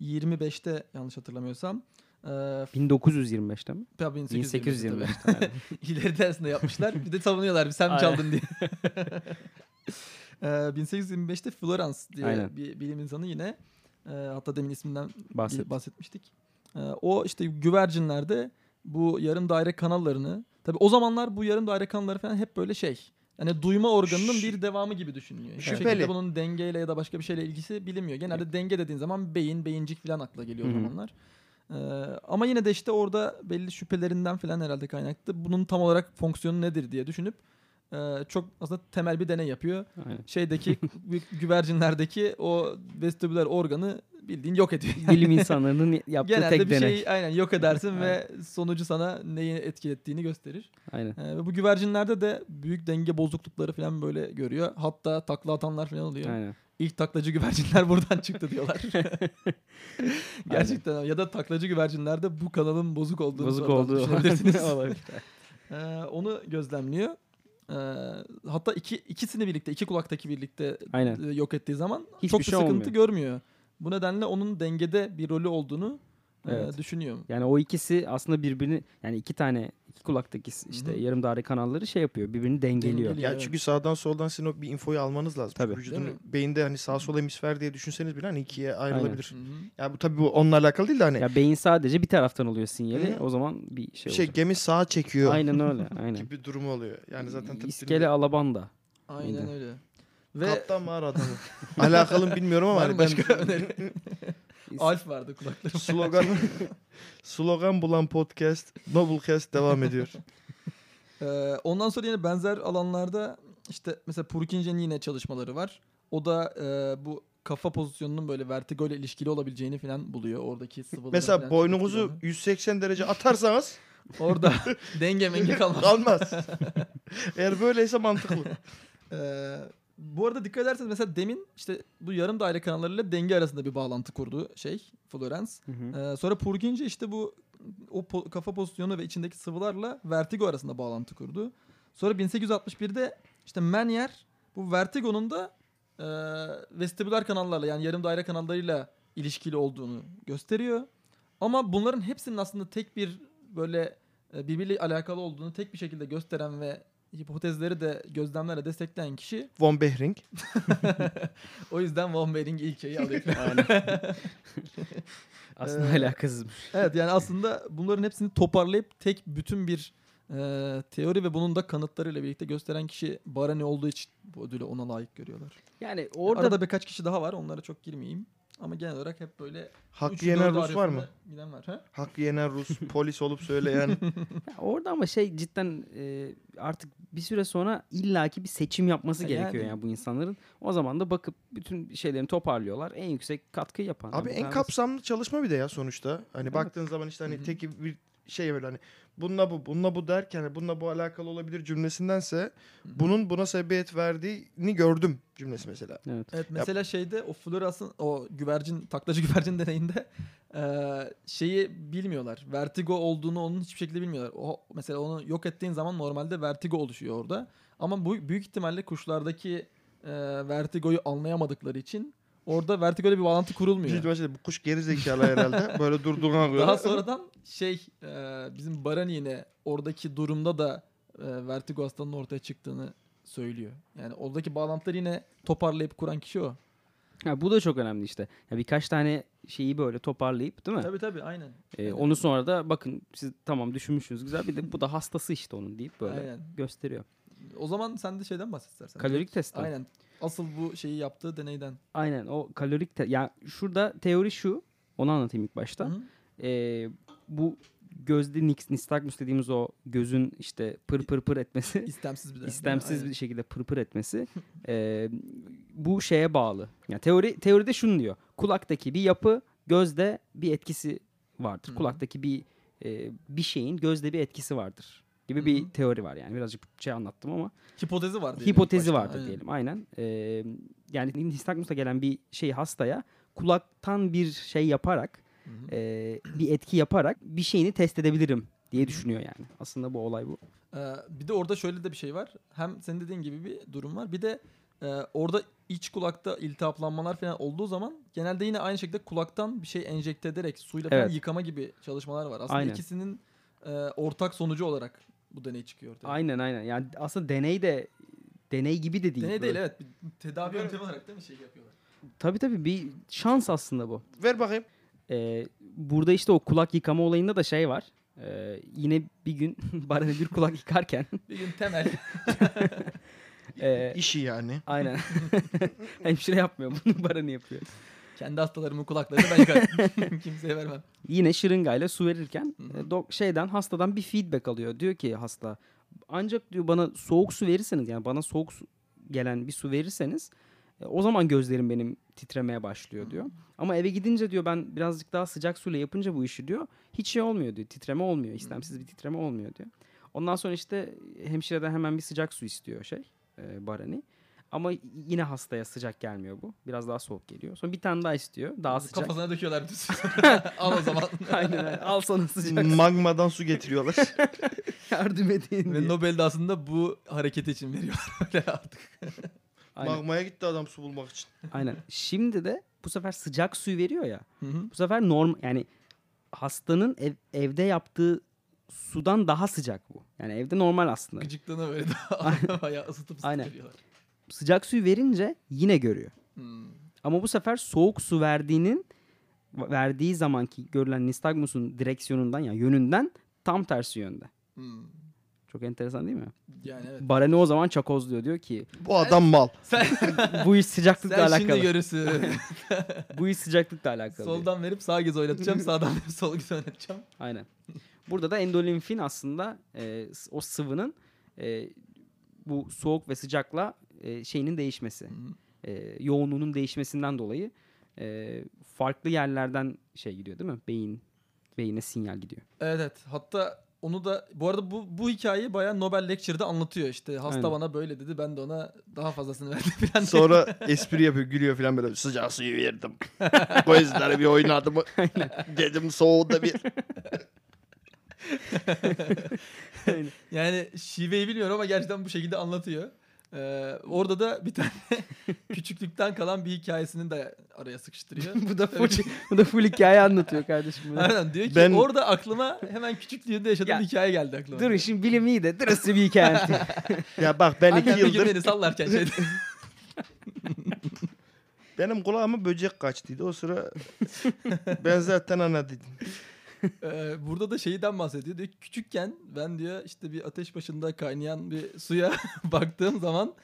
Speaker 7: 1925'te yanlış hatırlamıyorsam e,
Speaker 8: 1925'te mi?
Speaker 7: 1825'te tabii.
Speaker 8: 1825'te.
Speaker 7: (laughs) İleri dersinde yapmışlar. Bir de savunuyorlar sen mi
Speaker 8: Aynen.
Speaker 7: çaldın diye. Ee, 1825'te Florence diye
Speaker 8: Aynen.
Speaker 7: bir bilim insanı yine e, hatta demin isminden
Speaker 8: (laughs) Bahset.
Speaker 7: bahsetmiştik. Ee, o işte güvercinlerde bu yarım daire kanallarını tabii o zamanlar bu yarım daire kanalları falan hep böyle şey. Yani duyma organının
Speaker 9: Şu-
Speaker 7: bir devamı gibi düşünülüyor. Hiçbir
Speaker 9: Şüpheli.
Speaker 7: şekilde bunun dengeyle ya da başka bir şeyle ilgisi bilinmiyor. Genelde denge dediğin zaman beyin, beyincik falan akla geliyor o
Speaker 8: Hı hı.
Speaker 7: zamanlar. Ee, ama yine de işte orada belli şüphelerinden falan herhalde kaynaklı. Bunun tam olarak fonksiyonu nedir diye düşünüp e, çok aslında temel bir deney yapıyor.
Speaker 8: Aynen. (laughs)
Speaker 7: Şeydeki gü- güvercinlerdeki o vestibüler organı bildiğin yok ediyor. (laughs)
Speaker 8: Bilim insanlarının yaptığı
Speaker 7: Genelde
Speaker 8: tek
Speaker 7: bir şey
Speaker 8: deney.
Speaker 7: şeyi aynen yok edersin ve sonucu sana neyi etki ettiğini gösterir.
Speaker 8: Aynen.
Speaker 7: Ee, ve bu güvercinlerde de büyük denge bozuklukları falan böyle görüyor. Hatta takla atanlar falan oluyor.
Speaker 8: Aynen.
Speaker 7: İlk taklacı güvercinler (laughs) buradan
Speaker 8: (laughs)
Speaker 7: çıktı diyorlar. Gerçekten ya da taklacı güvercinlerde bu kanalın bozuk olduğunu
Speaker 8: Bozuk
Speaker 7: sonradan
Speaker 8: olduğu (laughs)
Speaker 7: düşünebilirsiniz.
Speaker 8: olabilir.
Speaker 7: (laughs) Ee, onu gözlemliyor. Ee, hatta iki ikisini birlikte, iki kulaktaki birlikte
Speaker 8: Aynen.
Speaker 7: e, yok ettiği zaman
Speaker 8: Hiçbir
Speaker 7: çok da
Speaker 8: şey
Speaker 7: sıkıntı
Speaker 8: olmuyor.
Speaker 7: görmüyor. Bu nedenle onun dengede bir rolü olduğunu e,
Speaker 8: Evet.
Speaker 7: düşünüyor.
Speaker 8: Yani o ikisi aslında birbirini yani iki tane iki kulaktaki s- işte
Speaker 7: Hı hı.
Speaker 8: yarım daire kanalları şey yapıyor. Birbirini dengeliyor.
Speaker 7: Dengeliyor.
Speaker 9: Ya
Speaker 7: Evet.
Speaker 9: çünkü sağdan soldan sizin o bir infoyu almanız lazım.
Speaker 10: Tabii.
Speaker 9: Vücudun
Speaker 7: Değil mi?
Speaker 9: beyinde hani sağ sol hemisfer diye düşünseniz bile hani ikiye ayrılabilir.
Speaker 7: Hı hı.
Speaker 9: Ya bu tabii bu onunla alakalı değil de hani
Speaker 8: Ya beyin sadece bir taraftan oluyor sinyali.
Speaker 9: Hı hı.
Speaker 8: O zaman bir şey,
Speaker 9: şey
Speaker 8: oluyor.
Speaker 9: gemi sağa çekiyor
Speaker 8: Aynen öyle. Aynen.
Speaker 9: gibi durumu oluyor. Yani zaten tabii
Speaker 8: İskele alabanda.
Speaker 7: Aynen
Speaker 8: Neydi?
Speaker 7: öyle.
Speaker 9: Ve...
Speaker 7: Ve
Speaker 9: Kaptan mağara adamı. (laughs) Alakalı mı bilmiyorum ama
Speaker 7: var mı
Speaker 9: hani
Speaker 7: başka
Speaker 9: ben
Speaker 7: öneri? Alf vardı kulakları.
Speaker 9: (laughs) slogan slogan bulan podcast Noblecast devam ediyor.
Speaker 7: Ee, ondan sonra yine benzer alanlarda işte mesela Purkinje'nin yine çalışmaları var. O da e, bu kafa pozisyonunun böyle vertigo ile ilişkili olabileceğini falan buluyor. Oradaki sıvıları
Speaker 9: Mesela
Speaker 7: falan
Speaker 9: boynumuzu
Speaker 7: etkilerini.
Speaker 9: 180 derece atarsanız
Speaker 7: Orada (laughs) denge menge
Speaker 9: (laughs)
Speaker 7: kalmaz.
Speaker 9: kalmaz. Eğer böyleyse mantıklı.
Speaker 7: Ee, bu arada dikkat ederseniz mesela demin işte bu yarım daire kanallarıyla denge arasında bir bağlantı kurdu şey Florence.
Speaker 8: Hı hı.
Speaker 7: Ee, sonra Purkinje işte bu o po- kafa pozisyonu ve içindeki sıvılarla vertigo arasında bağlantı kurdu. Sonra 1861'de işte Manier bu vertigonun da e, vestibüler kanallarla yani yarım daire kanallarıyla ilişkili olduğunu gösteriyor. Ama bunların hepsinin aslında tek bir böyle e, birbiriyle alakalı olduğunu tek bir şekilde gösteren ve hipotezleri de gözlemlerle destekleyen kişi.
Speaker 9: Von Behring.
Speaker 7: O yüzden Von Behring ilkeyi alıyor. (laughs)
Speaker 8: Aslında
Speaker 7: Ee,
Speaker 8: alakasızmış.
Speaker 7: Evet yani aslında bunların hepsini toparlayıp tek bütün bir e, teori ve bunun da kanıtlarıyla birlikte gösteren kişi Barani olduğu için bu ödülü ona layık görüyorlar.
Speaker 8: Yani
Speaker 7: Orada
Speaker 8: orada
Speaker 7: Arada birkaç kişi daha var onlara çok girmeyeyim. Ama genel olarak hep böyle üç,
Speaker 9: Hakkı
Speaker 7: dört
Speaker 9: yenen Rus var
Speaker 7: arasında
Speaker 9: mı?
Speaker 7: Giden var. Ha?
Speaker 9: Hakkı yenen Rus (laughs) polis olup söyleyen
Speaker 8: Ya Orada ama şey cidden e, artık bir süre sonra illaki bir seçim yapması
Speaker 7: Ha,
Speaker 8: gerekiyor
Speaker 7: yani.
Speaker 8: yani bu insanların. O zaman da bakıp bütün şeylerini toparlıyorlar. En yüksek katkı yapan.
Speaker 9: Abi
Speaker 8: Yani bu
Speaker 9: en
Speaker 8: tarz-
Speaker 9: kapsamlı çalışma bir de ya sonuçta. Hani
Speaker 8: Evet.
Speaker 9: baktığın zaman işte hani
Speaker 7: Hı hı.
Speaker 9: tek bir şey böyle hani bununla bu, bununla bu derken hani bununla bu alakalı olabilir cümlesindense bunun buna sebebiyet verdiğini gördüm cümlesi mesela.
Speaker 8: Evet.
Speaker 7: Evet mesela şeyde o Floras'ın o güvercin taklacı (laughs) güvercin deneyinde e, şeyi bilmiyorlar. Vertigo olduğunu onun hiçbir şekilde bilmiyorlar. O mesela onu yok ettiğin zaman normalde vertigo oluşuyor orada. Ama bu büyük ihtimalle kuşlardaki e, vertigoyu anlayamadıkları için orada vertigo ile bir bağlantı kurulmuyor.
Speaker 9: Cilt başında bu kuş geri zekalı herhalde. Böyle durduğuna göre.
Speaker 7: Daha sonradan şey e, bizim Barani yine oradaki durumda da e, vertigo hastalığının ortaya çıktığını söylüyor. Yani oradaki bağlantıları yine toparlayıp kuran kişi o.
Speaker 8: Ha, bu da çok önemli işte. Ya birkaç tane şeyi böyle toparlayıp değil mi?
Speaker 7: Tabii tabii aynen.
Speaker 8: E, onu sonra da bakın siz tamam düşünmüşsünüz güzel. Bir de bu da hastası işte onun deyip böyle
Speaker 7: Aynen.
Speaker 8: gösteriyor.
Speaker 7: O zaman sen de şeyden bahset istersen.
Speaker 8: Kalorik testten.
Speaker 7: Aynen. Asıl bu şeyi yaptığı deneyden.
Speaker 8: Aynen o kalorik te- ya şurada teori şu onu anlatayım ilk başta.
Speaker 7: Hı.
Speaker 8: Ee, bu gözde nix, nistagmus dediğimiz o gözün işte pır pır pır
Speaker 7: (laughs)
Speaker 8: etmesi
Speaker 7: İstemsiz bir de.
Speaker 8: istemsiz
Speaker 7: Aynen.
Speaker 8: bir şekilde pır pır etmesi (laughs) ee, bu şeye bağlı. Yani teori teoride şunu diyor. Kulaktaki bir yapı gözde bir etkisi vardır.
Speaker 7: Hı hı.
Speaker 8: Kulaktaki bir e, bir şeyin gözde bir etkisi vardır gibi
Speaker 7: Hı
Speaker 8: bir
Speaker 7: hı.
Speaker 8: teori var yani birazcık şey anlattım ama
Speaker 7: Hipotezi var. diyelim
Speaker 8: hipotezi
Speaker 7: ilk başta.
Speaker 8: vardı
Speaker 7: Aynen.
Speaker 8: diyelim aynen. Ee, yani nistagmus'a gelen bir şey hastaya kulaktan bir şey yaparak
Speaker 7: Hı hı.
Speaker 8: e, bir etki yaparak bir şeyini test edebilirim diye düşünüyor yani. Aslında bu olay bu.
Speaker 7: Ee, bir de orada şöyle de bir şey var. Hem senin dediğin gibi bir durum var. Bir de e, orada iç kulakta iltihaplanmalar falan olduğu zaman genelde yine aynı şekilde kulaktan bir şey enjekte ederek suyla falan
Speaker 8: Evet.
Speaker 7: yıkama gibi çalışmalar var. Aslında
Speaker 8: Aynen.
Speaker 7: ikisinin e, ortak sonucu olarak bu deney çıkıyor. ortaya.
Speaker 8: Aynen aynen. Yani aslında deney de Deney gibi de değil.
Speaker 7: Deney değil
Speaker 8: böyle.
Speaker 7: evet. Bir tedavi yöntemi olarak değil mi şey yapıyorlar?
Speaker 8: Tabii tabii bir şans aslında bu.
Speaker 9: Ver bakayım.
Speaker 8: Ee, burada işte o kulak yıkama olayında da şey var. Ee, yine bir gün (laughs) Baran bir kulak yıkarken (laughs)
Speaker 7: Bir gün temel. (laughs)
Speaker 8: e,
Speaker 9: İşi yani.
Speaker 8: aynen (laughs) hemşire yapmıyor bunu Baran yapıyor.
Speaker 7: Kendi hastalarımın kulaklarını ben yıkarım. (laughs) Kimseye vermem.
Speaker 8: Yine şırıngayla su verirken
Speaker 7: Hı.
Speaker 8: e, dok- şeyden hastadan bir feedback alıyor. Diyor ki hasta ancak diyor bana soğuk su verirseniz yani bana soğuk su- gelen bir su verirseniz e, o zaman gözlerim benim titremeye başlıyor diyor. Ama eve gidince diyor ben birazcık daha sıcak suyla yapınca bu işi diyor hiç şey olmuyor diyor. Titreme olmuyor. istemsiz bir titreme olmuyor diyor. Ondan sonra işte hemşireden hemen bir sıcak su istiyor şey e, Barani. Ama yine hastaya sıcak gelmiyor bu. Biraz daha soğuk geliyor. Sonra bir tane daha istiyor. Daha sıcak.
Speaker 7: Kafasına döküyorlar bütün suyu. (laughs) Al o zaman.
Speaker 8: (laughs) Aynen öyle. Al
Speaker 7: (laughs)
Speaker 8: sana sıcak su.
Speaker 9: Magmadan su getiriyorlar.
Speaker 8: yardım edin
Speaker 7: Ve
Speaker 8: diye.
Speaker 7: Nobel'de aslında bu hareketi için veriyorlar. (laughs) Öyle artık.
Speaker 8: Aynen.
Speaker 9: Magmaya gitti adam su bulmak için.
Speaker 8: Aynen. Şimdi de bu sefer sıcak suyu veriyor ya.
Speaker 7: Hı hı.
Speaker 8: Bu sefer norm yani hastanın ev- evde yaptığı sudan daha sıcak bu. Yani evde normal aslında.
Speaker 7: Gıcıklığına (laughs) böyle daha bayağı ısıtıp
Speaker 8: Aynen.
Speaker 7: ısıtıp veriyorlar.
Speaker 8: Sıcak suyu verince yine görüyor.
Speaker 7: Hmm.
Speaker 8: Ama bu sefer soğuk su verdiğinin verdiği zamanki görülen nistagmusun direksiyonundan ya yönünden tam tersi yönde.
Speaker 7: Hmm.
Speaker 8: Çok enteresan değil mi?
Speaker 7: Yani
Speaker 8: (laughs)
Speaker 7: evet.
Speaker 8: Barani o zaman çakoz diyor. Diyor ki
Speaker 9: Bu adam mal.
Speaker 7: Sen, (laughs)
Speaker 8: bu iş sıcaklıkla
Speaker 7: sen
Speaker 8: alakalı. (laughs)
Speaker 7: şimdi görürsün.
Speaker 8: bu iş sıcaklıkla alakalı. diyor.
Speaker 7: Soldan verip sağ göz oynatacağım. Sağdan verip sol göz oynatacağım.
Speaker 8: Aynen. Burada da endolimfin aslında e, s- o sıvının e, bu soğuk ve sıcakla e, şeyinin değişmesi, e, yoğunluğunun değişmesinden dolayı e, farklı yerlerden şey gidiyor değil mi? Beyin beyine sinyal gidiyor. (laughs)
Speaker 7: Evet evet. Hatta onu da bu arada bu bu hikayeyi bayağı Nobel Lecture'da anlatıyor işte. Hasta
Speaker 8: Aynen.
Speaker 7: bana böyle dedi. Ben de ona daha fazlasını verdim (laughs) falan. diye.
Speaker 9: Sonra espri yapıyor, gülüyor falan böyle. Sıcak suyu verdim. (laughs) Gözleri bir oynadı mı? Dedim soğuda bir.
Speaker 7: Yani şiveyi bilmiyorum ama gerçekten bu şekilde anlatıyor. Ee, orada da bir tane (laughs) küçüklükten kalan bir hikayesini de araya sıkıştırıyor.
Speaker 8: bu da full, bu da full hikaye anlatıyor kardeşim. bu da.
Speaker 7: Aynen diyor ki
Speaker 9: Ben-
Speaker 7: orada aklıma hemen küçüklüğünde yaşadığım
Speaker 8: Ya,
Speaker 7: hikaye geldi aklıma.
Speaker 8: Dur işin bilimi iyi de dırısı bir hikaye.
Speaker 7: (laughs)
Speaker 8: anlatıyor.
Speaker 9: Ya bak ben
Speaker 7: Annem
Speaker 9: iki
Speaker 7: bir gün
Speaker 9: yıldır
Speaker 7: beni sallarken şey-
Speaker 9: (laughs)
Speaker 7: şeyde.
Speaker 9: benim kulağıma böcek kaçtıydı. O sıra ben zaten ana dedim.
Speaker 7: Ee, burada da şeyden bahsediyor. Diyor ki, küçükken ben diyor işte bir ateş başında kaynayan bir suya (laughs) baktığım zaman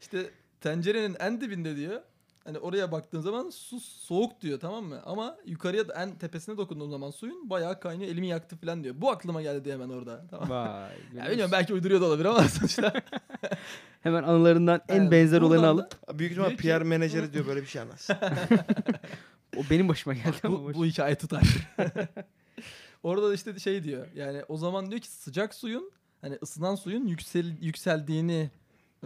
Speaker 7: işte tencerenin en dibinde diyor. Hani oraya baktığım zaman su soğuk diyor tamam mı? Ama yukarıya da- en tepesine dokunduğum zaman suyun bayağı kaynıyor elimi yaktı falan diyor. Bu aklıma geldi diye hemen orada. Tamam.
Speaker 8: Vay.
Speaker 7: Ya
Speaker 8: görüyor
Speaker 7: bilmiyorum
Speaker 8: musun?
Speaker 7: belki uyduruyor da olabilir ama (laughs) sonuçta.
Speaker 8: Hemen anılarından en
Speaker 7: Evet,
Speaker 8: benzer
Speaker 7: buradan
Speaker 8: olanı
Speaker 7: da-
Speaker 8: alıp
Speaker 9: Büyük ihtimal
Speaker 7: Diyor ki-
Speaker 9: PR menajeri diyor böyle bir
Speaker 7: (laughs)
Speaker 9: şey anlatsın.
Speaker 8: o benim başıma geldi. ama
Speaker 7: bu,
Speaker 8: boş-
Speaker 7: bu hikaye tutar. (laughs) Orada da işte şey diyor. Yani o zaman diyor ki sıcak suyun hani ısınan suyun yüksel, yükseldiğini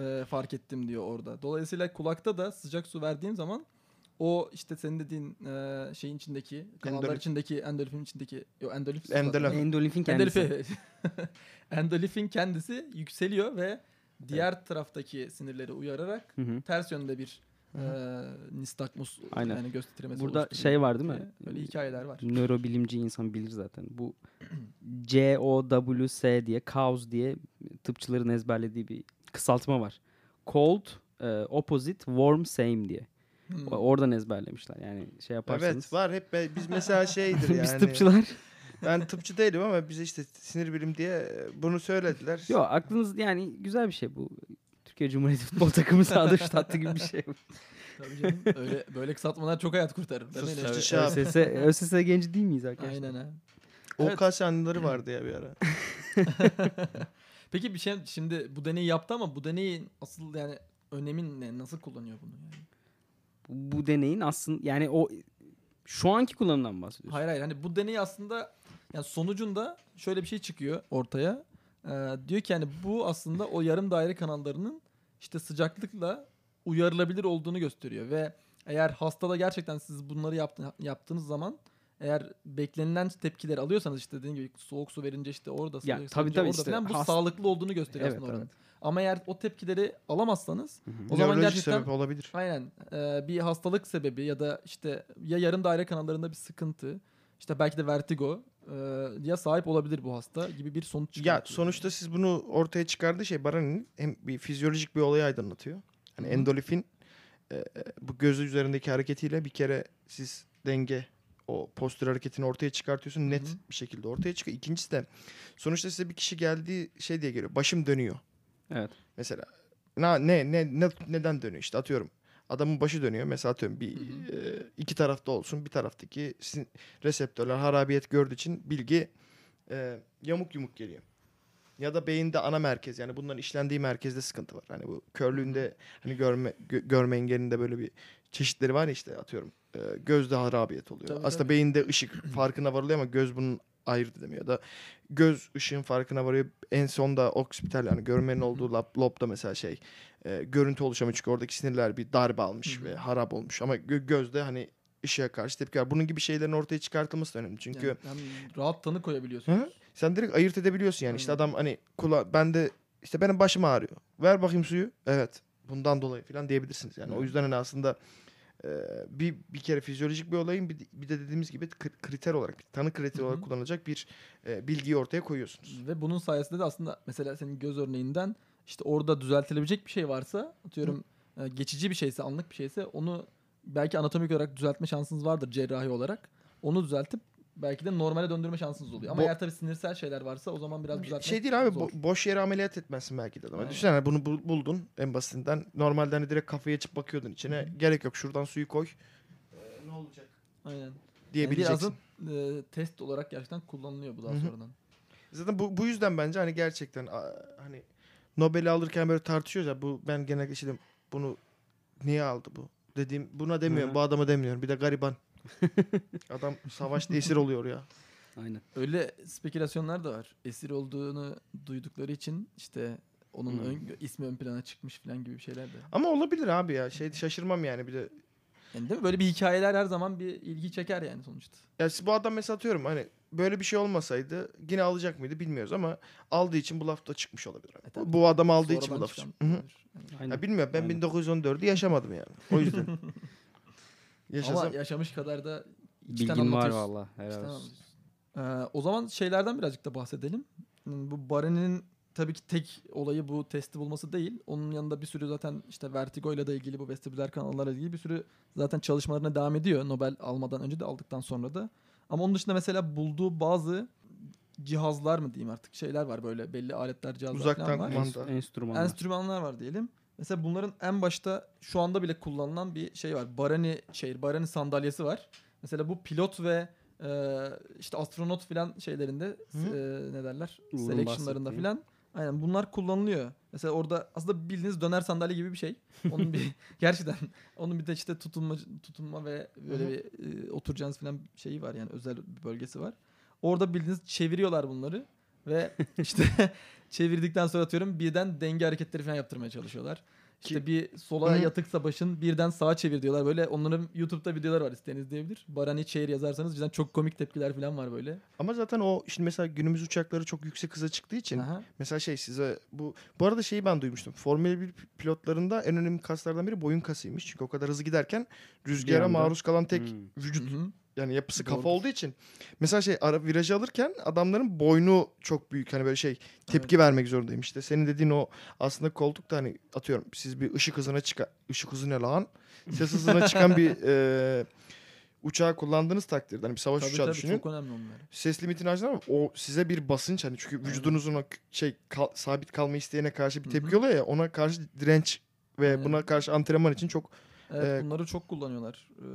Speaker 7: e, fark ettim diyor orada. Dolayısıyla kulakta da sıcak su verdiğim zaman o işte senin dediğin e, şeyin içindeki kanallar
Speaker 9: Endolif.
Speaker 7: içindeki endolifin içindeki yo endolif su
Speaker 9: Endolif.
Speaker 7: zaten.
Speaker 8: Endolifin kendisi.
Speaker 7: Endolifi. (laughs) Endolifin kendisi yükseliyor ve diğer taraftaki sinirleri uyararak
Speaker 8: Hı hı.
Speaker 7: ters yönde bir e, nistagmus
Speaker 8: Aynen.
Speaker 7: yani göstermesi
Speaker 8: Burada
Speaker 7: oluşturuyor
Speaker 8: şey var değil mi?
Speaker 7: diye Böyle hikayeler var.
Speaker 8: nörobilimci insan bilir zaten. Bu (clears throat) COWS diye, COWS diye tıpçıların ezberlediği bir kısaltma var. Cold, e, opposite, warm, same diye.
Speaker 7: Hmm.
Speaker 8: O- Oradan ezberlemişler. Yani şey yaparsanız.
Speaker 9: evet var hep be- biz
Speaker 7: (laughs)
Speaker 9: mesela şeydir
Speaker 8: (laughs)
Speaker 9: yani.
Speaker 8: Biz tıpçılar.
Speaker 9: Ben tıpçı değilim ama bize işte sinir bilim diye bunu söylediler.
Speaker 8: Yok aklınız yani güzel bir şey bu. Türkiye Cumhuriyeti futbol takımı sahada şut attı gibi bir şey.
Speaker 7: Tabii canım. Öyle, böyle kısaltmalar çok hayat kurtarır. Ben
Speaker 9: Sus,
Speaker 7: öyle
Speaker 9: sus.
Speaker 7: işte-
Speaker 9: Şey yap.
Speaker 8: ÖSS, ÖSS genci değil miyiz arkadaşlar?
Speaker 7: Aynen ha.
Speaker 9: O
Speaker 7: Evet.
Speaker 9: kas anıları vardı ya bir ara.
Speaker 7: Peki bir şey şimdi bu deneyi yaptı ama bu deneyin asıl yani önemin ne? Nasıl kullanıyor bunu yani?
Speaker 8: Bu, bu deneyin aslında yani o şu anki kullanımdan bahsediyorsun.
Speaker 7: Hayır hayır hani bu deney aslında yani sonucunda şöyle bir şey çıkıyor ortaya. Ee, diyor ki yani bu aslında o yarım daire kanallarının işte sıcaklıkla uyarılabilir olduğunu gösteriyor ve eğer hastada gerçekten siz bunları yaptı, yaptığınız zaman eğer beklenilen tepkileri alıyorsanız işte dediğim gibi soğuk su verince işte orada
Speaker 8: Ya
Speaker 7: sıcak su
Speaker 8: tabii
Speaker 7: verince
Speaker 8: tabii
Speaker 7: orada
Speaker 8: işte
Speaker 7: falan bu
Speaker 8: hast-
Speaker 7: sağlıklı olduğunu gösteriyor
Speaker 8: Evet,
Speaker 7: aslında oranın.
Speaker 8: evet.
Speaker 7: Ama eğer o tepkileri alamazsanız o zaman
Speaker 9: Nörolojik
Speaker 7: gerçekten
Speaker 9: sebep olabilir.
Speaker 7: Aynen. Ee, bir hastalık sebebi ya da işte ya yarım daire kanallarında bir sıkıntı, işte belki de vertigo e, ya sahip olabilir bu hasta gibi bir sonuç çıkıyor.
Speaker 9: Ya sonuçta siz bunu ortaya çıkardığı şey Baran'ın hem bir fizyolojik bir olayı aydınlatıyor. Hani
Speaker 7: Hı hı.
Speaker 9: endolifin e, bu gözü üzerindeki hareketiyle bir kere siz denge o postür hareketini ortaya çıkartıyorsun net
Speaker 7: hı.
Speaker 9: bir şekilde ortaya çıkıyor. İkincisi de sonuçta size bir kişi geldiği şey diye geliyor. Başım dönüyor.
Speaker 8: Evet.
Speaker 9: Mesela na, ne, ne ne neden dönüyor işte atıyorum. Adamın başı dönüyor mesela atıyorum bir e, iki tarafta olsun bir taraftaki sin- reseptörler harabiyet gördüğü için bilgi e, yamuk yumuk geliyor. Ya da beyinde ana merkez yani bunların işlendiği merkezde sıkıntı var. Hani bu körlüğünde hani görme gö- görme engelinde böyle bir çeşitleri var ya işte atıyorum e, gözde harabiyet oluyor.
Speaker 7: Tabii,
Speaker 9: Aslında
Speaker 7: tabii.
Speaker 9: beyinde ışık farkına varılıyor ama göz bunun ayırt edemiyor. Ya da göz ışığın farkına varıyor. En son da oksipital yani görmenin olduğu lab, lobda mesela şey e, görüntü oluşamıyor çünkü oradaki sinirler bir darbe almış ve harap olmuş. Ama gö- gözde hani ışığa karşı tepki var. Bunun gibi şeylerin ortaya çıkartılması da önemli. Çünkü
Speaker 7: Yani hem rahat tanı koyabiliyorsunuz.
Speaker 9: Hı? sen direkt ayırt edebiliyorsun yani. İşte
Speaker 7: Aynen.
Speaker 9: adam hani kula ben de işte benim başım ağrıyor. Ver bakayım suyu. Evet. Bundan dolayı falan diyebilirsiniz yani. O yüzden hani aslında e, bir bir kere fizyolojik bir olayın bir, de- bir de dediğimiz gibi kri- kriter olarak bir tanı kriteri olarak kullanılacak bir e, bilgiyi ortaya koyuyorsunuz.
Speaker 7: Ve bunun sayesinde de aslında mesela senin göz örneğinden işte orada düzeltilebilecek bir şey varsa atıyorum e, geçici bir şeyse anlık bir şeyse onu belki anatomik olarak düzeltme şansınız vardır cerrahi olarak. Onu düzeltip belki de normale döndürme şansınız oluyor. Ama
Speaker 9: Bu-
Speaker 7: eğer tabii sinirsel şeyler varsa o zaman biraz düzeltmek
Speaker 9: Şey değil abi
Speaker 7: zor.
Speaker 9: bo- boş yere ameliyat etmezsin belki de adama.
Speaker 7: Aynen.
Speaker 9: Düşünsene bunu bul- buldun en basitinden. Normalde hani direkt kafaya açıp bakıyordun içine. Gerek yok şuradan suyu koy. E, ne olacak
Speaker 7: Aynen. Yani
Speaker 9: diyebileceksin.
Speaker 7: birazdan e, test olarak gerçekten kullanılıyor bu daha
Speaker 9: Hı hı.
Speaker 7: sonradan.
Speaker 9: Zaten bu, bu yüzden bence hani gerçekten a- hani Nobel'i alırken böyle tartışıyoruz ya bu ben genellikle işte bunu niye aldı bu dediğim buna demiyorum
Speaker 8: Hı.
Speaker 9: bu adama demiyorum bir de gariban. Adam savaşta esir oluyor ya.
Speaker 8: Aynen.
Speaker 7: Öyle spekülasyonlar da var. Esir olduğunu duydukları için işte onun
Speaker 8: Hmm.
Speaker 7: ön- ismi ön plana çıkmış falan gibi şeyler de.
Speaker 9: Ama olabilir abi ya şey şaşırmam yani bir de.
Speaker 7: Yani değil mi? Böyle bir hikayeler her zaman bir ilgi çeker yani sonuçta.
Speaker 9: Ya siz bu adam mesela atıyorum hani böyle bir şey olmasaydı yine alacak mıydı bilmiyoruz ama aldığı için bu lafta çıkmış olabilir.
Speaker 7: E tabii.
Speaker 9: bu, bu adam aldığı için bu
Speaker 7: Sonradan
Speaker 9: laf
Speaker 7: çıkan
Speaker 9: çıkmış. Hı hı.
Speaker 7: olabilir. Yani.
Speaker 8: Aynen.
Speaker 9: Ya bilmiyorum ben
Speaker 8: Aynen.
Speaker 9: 1914'ü yaşamadım yani. O yüzden.
Speaker 7: (laughs)
Speaker 9: Yaşasam.
Speaker 7: Ama yaşamış kadar da içten
Speaker 8: Bilgin var
Speaker 7: anlatıyorsun.
Speaker 8: valla.
Speaker 7: İçten
Speaker 8: Helal olsun.
Speaker 7: anlatıyorsun. Ee, o zaman şeylerden birazcık da bahsedelim. Hmm, Bu Baren'in tabii ki tek olayı bu testi bulması değil. Onun yanında bir sürü zaten işte vertigoyla da ilgili bu vestibüler kanallarla ilgili bir sürü zaten çalışmalarına devam ediyor. Nobel almadan önce de aldıktan sonra da. Ama onun dışında mesela bulduğu bazı cihazlar mı diyeyim artık şeyler var böyle belli aletler cihazlar
Speaker 9: Uzaktan
Speaker 7: falan var.
Speaker 9: kumanda.
Speaker 8: Enst- enstrümanlar.
Speaker 7: enstrümanlar var diyelim. Mesela bunların en başta şu anda bile kullanılan bir şey var. Barani şey, Barani sandalyesi var. Mesela bu pilot ve e, işte astronot filan şeylerinde e, ne derler?
Speaker 8: Uğur'un
Speaker 7: Selection'larında
Speaker 8: bahsettiği.
Speaker 7: filan. Aynen bunlar kullanılıyor. Mesela orada aslında bildiğiniz döner sandalye gibi bir şey. Onun bir gerçekten onun bir de işte tutunma tutunma ve böyle
Speaker 9: Hı hı.
Speaker 7: bir e, oturacağınız filan şeyi var yani özel bir bölgesi var. Orada bildiğiniz çeviriyorlar bunları
Speaker 9: (laughs)
Speaker 7: ve işte (laughs) çevirdikten sonra atıyorum birden denge hareketleri falan yaptırmaya çalışıyorlar. İşte bir sola
Speaker 9: Hı.
Speaker 7: yatıksa başın birden sağa çevir diyorlar. Böyle onların YouTube'da videolar var isteyen izleyebilir. Barani Çeyir yazarsanız bizden çok komik tepkiler falan var böyle.
Speaker 9: Ama zaten o şimdi mesela günümüz uçakları çok yüksek hıza çıktığı için
Speaker 7: Aha.
Speaker 9: Mesela şey size bu bu arada şeyi ben duymuştum. Formül 1 pilotlarında en önemli kaslardan biri boyun kasıymış. Çünkü o kadar hızlı giderken rüzgara
Speaker 8: anda.
Speaker 9: maruz kalan tek
Speaker 8: Hmm.
Speaker 9: vücut
Speaker 7: Hı hı.
Speaker 9: yani yapısı kafa
Speaker 7: Doğrudur.
Speaker 9: olduğu için mesela şey ara virajı alırken adamların boynu çok büyük hani böyle şey tepki vermek zorundayım işte. Senin dediğin o aslında koltuk da hani atıyorum siz bir ışık hızına çıkan ışık hızı ne lan? Ses hızına
Speaker 7: (laughs)
Speaker 9: çıkan bir e, uçağı kullandığınız takdirde hani bir savaş
Speaker 7: Tabii
Speaker 9: uçağı
Speaker 7: tabii
Speaker 9: düşünün
Speaker 7: çok önemli onlar.
Speaker 9: ses limitini aştığında ama o size bir basınç hani çünkü vücudunuzun o k- şey kal- sabit kalma isteğine karşı bir
Speaker 7: Hı hı.
Speaker 9: tepki oluyor ya ona karşı direnç ve
Speaker 7: Aynen.
Speaker 9: buna karşı antrenman için çok
Speaker 7: Evet
Speaker 9: Ee,
Speaker 7: bunları çok kullanıyorlar. Ee,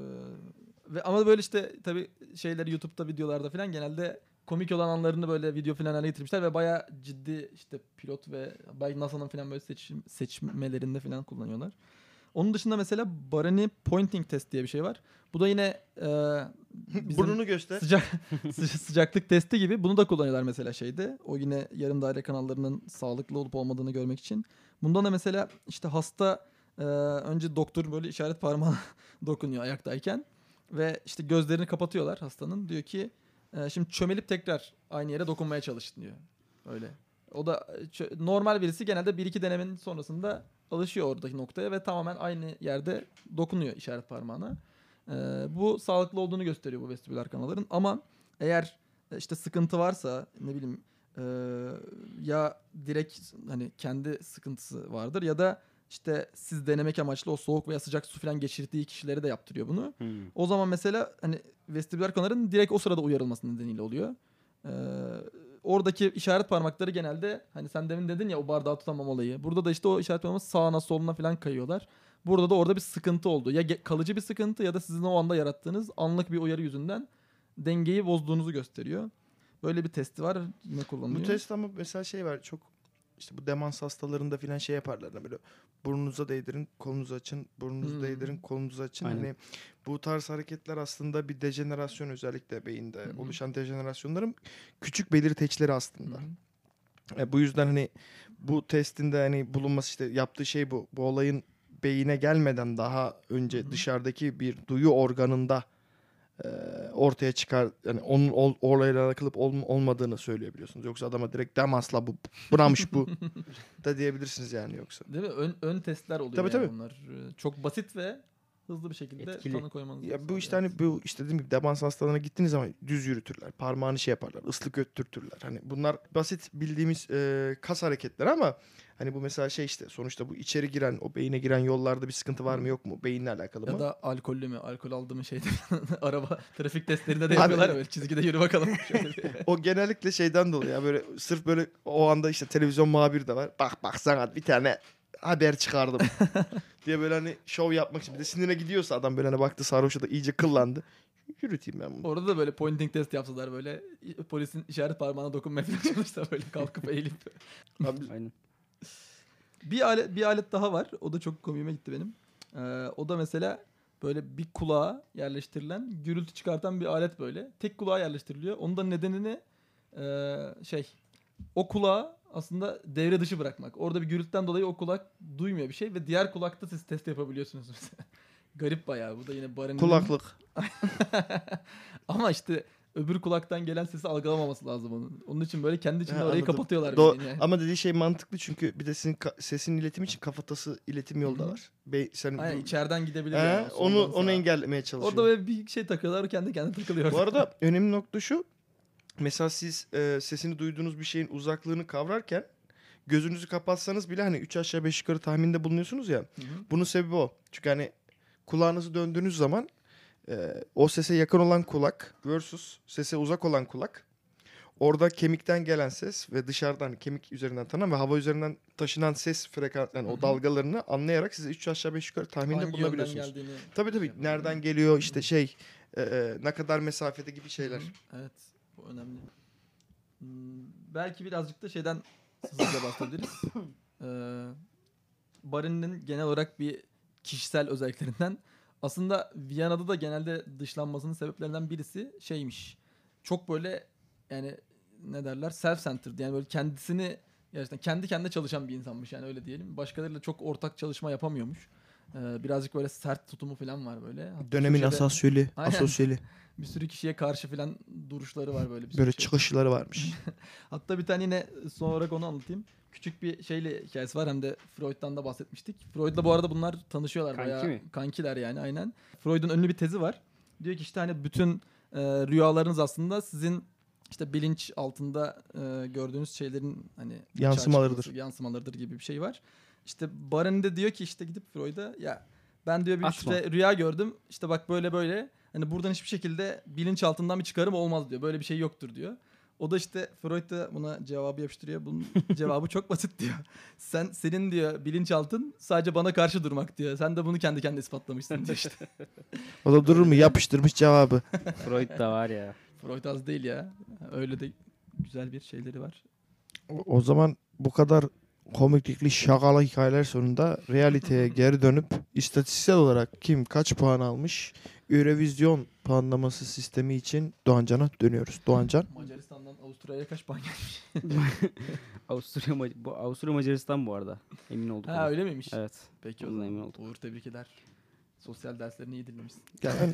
Speaker 7: ve ama böyle işte tabii şeyleri YouTube'da videolarda falan genelde komik olan anlarını böyle video falan haline getirmişler ve bayağı ciddi işte pilot ve belki NASA'nın falan böyle seçim, seçmelerinde falan kullanıyorlar. Onun dışında mesela Barani Pointing Test diye bir şey var. Bu da yine e,
Speaker 9: (laughs)
Speaker 7: bizim
Speaker 9: burnunu göster.
Speaker 7: sıcak (laughs) sı- sıcaklık testi gibi bunu da kullanıyorlar mesela şeyde. O yine yarım daire kanallarının sağlıklı olup olmadığını görmek için. Bundan da mesela işte hasta e, önce doktor böyle işaret parmağına (laughs) dokunuyor ayaktayken ve işte gözlerini kapatıyorlar hastanın. Diyor ki e, şimdi çömelip tekrar aynı yere dokunmaya çalışın diyor. Öyle. O da e, çö- normal birisi genelde bir iki denemenin sonrasında alışıyor oradaki noktaya ve tamamen aynı yerde dokunuyor işaret parmağına. Ee, bu sağlıklı olduğunu gösteriyor bu vestibüler kanalların ama eğer e, işte sıkıntı varsa ne bileyim e, ya direkt hani kendi sıkıntısı vardır ya da işte siz denemek amaçlı o soğuk veya sıcak su falan geçirdiği kişilere de yaptırıyor bunu.
Speaker 8: Hmm.
Speaker 7: O zaman mesela hani vestibüler kanalının direkt o sırada uyarılması nedeniyle oluyor. Ee, oradaki işaret parmakları genelde hani sen demin dedin ya o bardağı tutamam olayı. Burada da işte o işaret parmağı sağına soluna falan kayıyorlar. Burada da orada bir sıkıntı oldu. Ya ge- kalıcı bir sıkıntı ya da sizin o anda yarattığınız anlık bir uyarı yüzünden dengeyi bozduğunuzu gösteriyor. Böyle bir testi var yine kullanılıyor.
Speaker 9: Bu test ama mesela şey var çok işte bu demans hastalarında filan şey yaparlar da böyle burnunuza değdirin kolunuzu açın burnunuzu
Speaker 7: Hmm.
Speaker 9: değdirin kolunuzu açın
Speaker 8: Aynen.
Speaker 9: hani bu tarz hareketler aslında bir dejenerasyon özellikle beyinde
Speaker 7: Hı hı.
Speaker 9: oluşan dejenerasyonların küçük belirteçleri aslında.
Speaker 7: Hı
Speaker 9: E, bu yüzden hani bu testinde hani bulunması işte yaptığı şey bu. Bu olayın beyine gelmeden daha önce
Speaker 7: Hı hı.
Speaker 9: dışarıdaki bir duyu organında e, ortaya çıkar yani onun ol, olayla alakalı ol- olmadığını söyleyebiliyorsunuz. Yoksa adama direkt demasla bu
Speaker 7: (laughs)
Speaker 9: bunamış bu da diyebilirsiniz yani yoksa.
Speaker 7: Değil mi? Ön, ön testler oluyor
Speaker 9: Tabii,
Speaker 7: yani
Speaker 9: tabii.
Speaker 7: bunlar. Ee, Çok basit ve hızlı bir şekilde
Speaker 8: Etkili.
Speaker 7: tanı koymanız
Speaker 9: Ya bu
Speaker 7: sağlıyor.
Speaker 9: işte hani bu işte dediğim gibi demans hastalarına gittiğiniz zaman düz yürütürler. Parmağını şey yaparlar. ıslık öttürtürler. Hani bunlar basit bildiğimiz e, kas hareketleri ama hani bu mesela şey işte sonuçta bu içeri giren o beyine giren yollarda bir sıkıntı var mı yok mu? Beyinle alakalı
Speaker 7: Ya
Speaker 9: mı?
Speaker 7: da alkollü mü? Alkol aldı mı şeyde (laughs) araba trafik testlerinde de
Speaker 9: Abi-
Speaker 7: yapıyorlar ya böyle çizgide yürü bakalım. (laughs) Şöyle bir-
Speaker 9: O genellikle şeyden dolayı ya böyle sırf böyle o anda işte televizyon muhabiri de var. Bak bak sana bir tane haber
Speaker 7: (laughs)
Speaker 9: çıkardım diye böyle hani şov yapmak için. Bir de sinire gidiyorsa adam böyle hani baktı sarhoşa da iyice kıllandı. Yürüteyim ben bunu.
Speaker 7: Orada da böyle pointing test yapsalar böyle i- polisin işaret parmağına dokunmaya falan çalışsa böyle kalkıp eğilip.
Speaker 9: Abi biz-
Speaker 8: Aynen.
Speaker 7: Bir alet, bir alet daha var. O da çok komiğime gitti benim. Ee, o da mesela böyle bir kulağa yerleştirilen gürültü çıkartan bir alet böyle. Tek kulağa yerleştiriliyor. Onun da nedenini eee, şey o kulağı aslında devre dışı bırakmak. Orada bir gürültüden dolayı o kulak duymuyor bir şey ve diğer kulakta siz test yapabiliyorsunuz mesela. (laughs) Garip bayağı. Bu da yine barın
Speaker 9: kulaklık.
Speaker 7: (laughs) Ama işte öbür kulaktan gelen sesi algılamaması lazım onun. Onun için böyle kendi içinde
Speaker 9: Ha,
Speaker 7: orayı
Speaker 9: anladım.
Speaker 7: kapatıyorlar.
Speaker 9: Do-
Speaker 7: bildiğin yani.
Speaker 9: Ama dediği şey mantıklı çünkü bir de sizin ka- sesin iletimi için kafatası iletim yolda
Speaker 7: Hı hı.
Speaker 9: var. Be- sen
Speaker 7: Aynen, içeriden gidebilir.
Speaker 9: He,
Speaker 7: yani o
Speaker 9: onu
Speaker 7: soldan sağa.
Speaker 9: onu engellemeye çalışıyor.
Speaker 7: Orada böyle bir şey takıyorlar kendi kendine takılıyor.
Speaker 9: Bu arada önemli nokta şu. Mesela siz e, sesini duyduğunuz bir şeyin uzaklığını kavrarken gözünüzü kapatsanız bile hani 3 aşağı 5 yukarı tahminde bulunuyorsunuz ya.
Speaker 7: Hı hı.
Speaker 9: Bunun sebebi o. Çünkü hani kulağınızı döndüğünüz zaman e, o sese yakın olan kulak versus sese uzak olan kulak. Orada kemikten gelen ses ve dışarıdan kemik üzerinden tanınan ve hava üzerinden taşınan ses frekans yani o dalgalarını anlayarak size 3 aşağı 5 yukarı tahminde
Speaker 7: Hangi yönden
Speaker 9: bulunabiliyorsunuz.
Speaker 7: geldiğini.
Speaker 9: Tabii tabii nereden geliyor işte şey e, e, ne kadar mesafede gibi şeyler.
Speaker 7: Evet bu önemli. Hmm, Belki birazcık da şeyden hızlıca bahsederiz. ee, Barini'nin genel olarak bir kişisel özelliklerinden aslında Viyana'da da genelde dışlanmasının sebeplerinden birisi şeymiş. Çok böyle yani ne derler self-centered yani böyle kendisini gerçekten kendi kendine çalışan bir insanmış yani öyle diyelim. Başkalarıyla çok ortak çalışma yapamıyormuş. Ee, birazcık böyle sert tutumu falan var böyle. Hatta köşede-
Speaker 9: asosyali,
Speaker 7: Aynen.
Speaker 9: (laughs)
Speaker 7: bir sürü kişiye karşı filan duruşları var böyle. Bir sürü şey.
Speaker 9: çıkışları varmış.
Speaker 7: Hatta bir tane yine son olarak onu anlatayım. Küçük bir şeyle hikayesi var hem de Freud'dan da bahsetmiştik. Freud'la bu arada bunlar tanışıyorlar
Speaker 8: Kanki
Speaker 7: bayağı.
Speaker 8: mi?
Speaker 7: Kankiler yani aynen. Freud'un ünlü bir tezi var. Diyor ki işte hani bütün e, rüyalarınız aslında sizin işte bilinç altında e, gördüğünüz şeylerin hani açığa
Speaker 9: Yansımalarıdır.
Speaker 7: çıkması, yansımalarıdır gibi bir şey var. İşte Baran de diyor ki işte gidip Freud'a ya ben diyor bir
Speaker 8: Atma.
Speaker 7: işte rüya gördüm. İşte bak böyle böyle. Hani buradan hiçbir şekilde bilinç altından bir çıkarım olmaz diyor. Böyle bir şey yoktur diyor. O da işte Freud da buna cevabı yapıştırıyor. Bunun cevabı çok basit diyor. Sen senin diyor bilinçaltın sadece bana karşı durmak diyor. Sen de bunu kendi kendine ispatlamışsın diyor işte.
Speaker 9: O da durur mu yapıştırmış cevabı.
Speaker 8: Freud da var ya.
Speaker 7: Freud az değil ya. Öyle de güzel bir şeyleri var.
Speaker 9: O, (laughs) o zaman bu kadar komiklikli şakalı hikayeler sonunda (laughs) realiteye geri dönüp istatistiksel olarak kim kaç puan almış Eurovision puanlaması sistemi için Doğancan'a dönüyoruz. Doğancan
Speaker 7: Macaristan'dan Avusturya'ya kaç puan gelmiş?
Speaker 8: Avusturya, Mac- bu Avusturya Macaristan bu arada. Emin olduk.
Speaker 7: (laughs) ha
Speaker 8: ona.
Speaker 7: öyle miymiş?
Speaker 8: Evet.
Speaker 7: Peki o
Speaker 8: Ondan
Speaker 7: zaman.
Speaker 8: emin olduk.
Speaker 7: Uğur tebrik eder. Sosyal derslerini iyi dinlemişsin.
Speaker 9: yani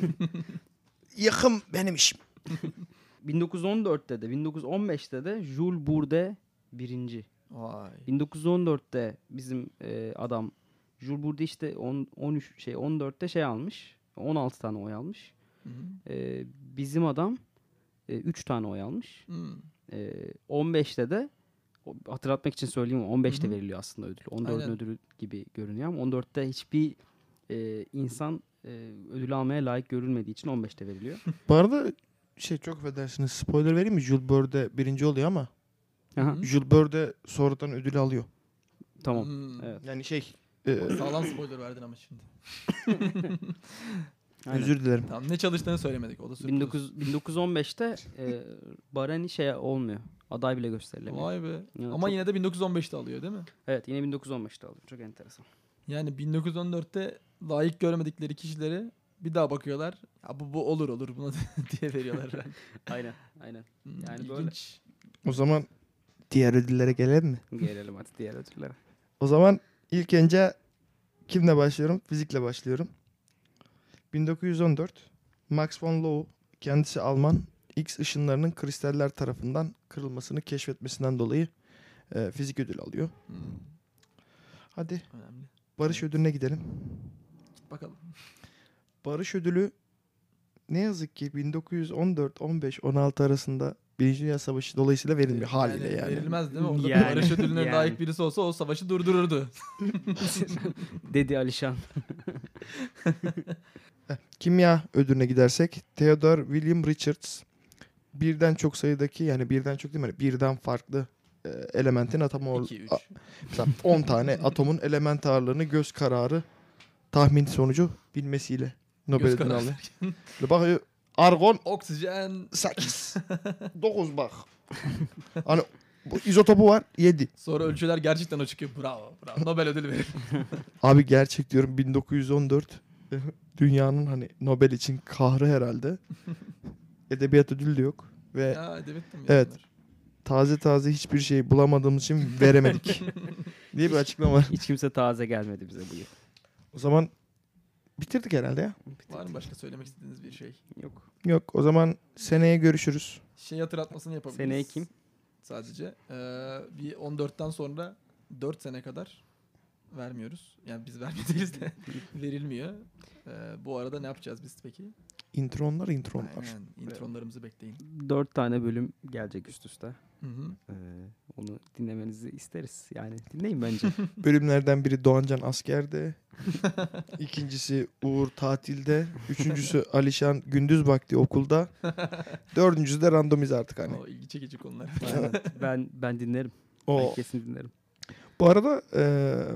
Speaker 9: (laughs) yakın benim işim.
Speaker 8: 1914'te de 1915'te de Jules Bourde birinci.
Speaker 7: Vay.
Speaker 8: 1914'te bizim e, adam Jules Bourde işte on- 13 şey 14'te şey almış. 16 tane oy almış.
Speaker 7: Hı hı.
Speaker 8: E, bizim adam 3 tane oy almış.
Speaker 7: Hmm.
Speaker 8: E, 15'te de o- hatırlatmak için söyleyeyim ama 15'te
Speaker 7: Hı hı.
Speaker 8: veriliyor aslında ödül. 14'ün
Speaker 7: Aynen.
Speaker 8: ödülü gibi görünüyor ama 14'te hiçbir e, insan e, ödül almaya layık görülmediği için 15'te veriliyor.
Speaker 9: Bu arada şey çok affedersiniz spoiler vereyim mi? Jules Börde birinci oluyor ama
Speaker 8: Aha,
Speaker 9: Jules Börde sonradan ödül alıyor.
Speaker 8: tamam.
Speaker 7: Hmm.
Speaker 8: Evet.
Speaker 9: Yani şey e,
Speaker 7: Sağlam spoiler verdin ama şimdi.
Speaker 8: Aynen.
Speaker 9: özür dilerim.
Speaker 7: Tamam ne çalıştığını söylemedik o da sürpriz.
Speaker 8: 19, 1915'te e, Barani şey olmuyor. Aday bile gösterilemiyor.
Speaker 7: Vay be.
Speaker 8: Yani
Speaker 7: Ama
Speaker 8: çok-
Speaker 7: yine de 1915'te alıyor değil mi?
Speaker 8: Evet yine 1915'te alıyor. Çok enteresan.
Speaker 7: Yani 1914'te layık görmedikleri kişileri bir daha bakıyorlar. Ya bu, bu olur olur buna (laughs) diye veriyorlar. Hmm,
Speaker 8: Aynen aynen. Yani
Speaker 7: (laughs) yani
Speaker 8: böyle.
Speaker 7: İlginç.
Speaker 9: O zaman diğer ödüllere gelelim mi?
Speaker 8: Gelelim hadi diğer ödüllere.
Speaker 9: O zaman ilk önce kimle başlıyorum? Fizikle başlıyorum. 1914 Max von Laue kendisi Alman X ışınlarının kristaller tarafından kırılmasını keşfetmesinden dolayı e, fizik ödülü alıyor.
Speaker 7: Hmm,
Speaker 9: Hadi
Speaker 7: önemli.
Speaker 9: Barış ödülüne gidelim.
Speaker 7: Git bakalım.
Speaker 9: Barış ödülü ne yazık ki 1914 15 16 arasında Birinci Dünya Savaşı dolayısıyla verilmiyor haliyle yani.
Speaker 7: Verilmez değil mi? Orada
Speaker 8: Yani,
Speaker 7: bir barış ödülüne
Speaker 8: yani.
Speaker 7: layık birisi olsa o savaşı durdururdu.
Speaker 8: Dedi Alişan.
Speaker 9: Kimya ödülüne gidersek Theodore William Richards birden çok sayıdaki yani birden çok değil mi? Yani birden farklı e, elementin atom or-
Speaker 7: 2 3.
Speaker 9: a- mesela 10 tane atomun element ağırlığını göz kararı tahmin sonucu bilmesiyle Nobel
Speaker 7: Göz
Speaker 9: ödülünü
Speaker 7: kararı.
Speaker 9: alıyor. Bak e, argon
Speaker 7: (laughs) Oksijen
Speaker 9: 8 9 bak. hani bu izotopu var 7.
Speaker 7: sonra ölçüler gerçekten o çıkıyor. Bravo. Bravo. Nobel ödülü verir.
Speaker 9: Abi gerçek diyorum 1914 (laughs) dünyanın hani Nobel için kahrı (laughs) herhalde. Edebiyat ödülü de yok ve
Speaker 7: ha, edebiyat da mı
Speaker 9: Evet.
Speaker 7: yapıyorlar?
Speaker 9: taze taze hiçbir şey bulamadığımız için (laughs) veremedik diye bir açıklama var.
Speaker 8: Hiç kimse taze gelmedi bize bu yıl.
Speaker 9: O zaman bitirdik herhalde ya.
Speaker 7: Var mı başka söylemek istediğiniz bir şey?
Speaker 8: Yok.
Speaker 9: Yok o zaman seneye görüşürüz.
Speaker 7: Şey hatırlatmasını yapabiliriz.
Speaker 8: Seneye kim?
Speaker 7: Sadece. Ee, bir 14'ten sonra 4 sene kadar vermiyoruz. Yani biz
Speaker 8: (laughs)
Speaker 7: vermediğimiz de verilmiyor. Ee, bu arada ne yapacağız biz peki?
Speaker 9: İntronlar intronlar.
Speaker 7: Aynen. Intronlarımızı bekleyin.
Speaker 8: Dört tane bölüm gelecek üst üste.
Speaker 7: Hı hı.
Speaker 8: Ee, onu dinlemenizi isteriz. Yani dinleyin bence.
Speaker 9: Bölümlerden biri Doğancan (laughs) askerde. ikincisi Uğur tatilde. Üçüncüsü Alişan gündüz vakti (laughs) okulda. Dördüncüsü de randomiz artık hani.
Speaker 7: O ilgi çekici konular.
Speaker 8: Aynen. ben ben dinlerim. Ben
Speaker 9: O.
Speaker 8: kesin dinlerim.
Speaker 9: Bu arada e,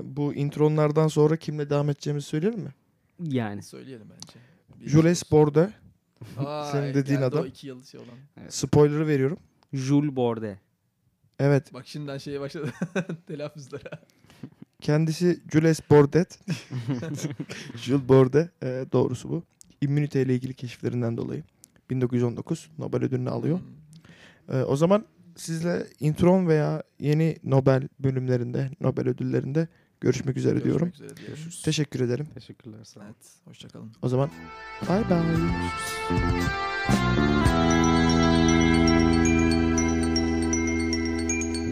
Speaker 9: bu intronlardan sonra kimle devam edeceğimizi söyleyelim mi?
Speaker 8: Yani.
Speaker 7: (laughs) Söyleyelim bence. Bir-
Speaker 9: Jules Borda.
Speaker 7: Aa,
Speaker 9: senin dediğin
Speaker 7: geldi O
Speaker 9: adam.
Speaker 7: 2 yıl şey olan.
Speaker 9: Spoiler'ı veriyorum.
Speaker 8: Jules Borde.
Speaker 9: Evet
Speaker 7: Bak şimdiden şeye başladı. (laughs) Telaffuzlara.
Speaker 9: Kendisi Jules (laughs) Bordet. Jules Bordet. e, doğrusu bu. İmmünite ile ilgili keşiflerinden dolayı. 1919 Nobel ödülünü alıyor.
Speaker 7: Hmm.
Speaker 9: E, o zaman sizle intron veya yeni Nobel bölümlerinde, Nobel ödüllerinde görüşmek üzere diyorum.
Speaker 7: Görüşmek üzere diyelim.
Speaker 9: Teşekkür ederim.
Speaker 8: Teşekkürler sağ
Speaker 7: Evet. Hoşçakalın.
Speaker 9: O zaman bay bay.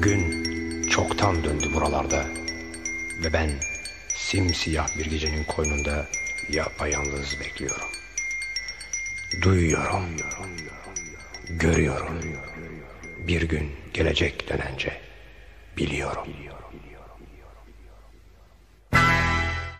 Speaker 10: Gün çoktan döndü buralarda ve ben simsiyah bir gecenin koynunda yapayalnız bekliyorum. Duyuyorum, görüyorum. Bir gün gelecek dönence biliyorum.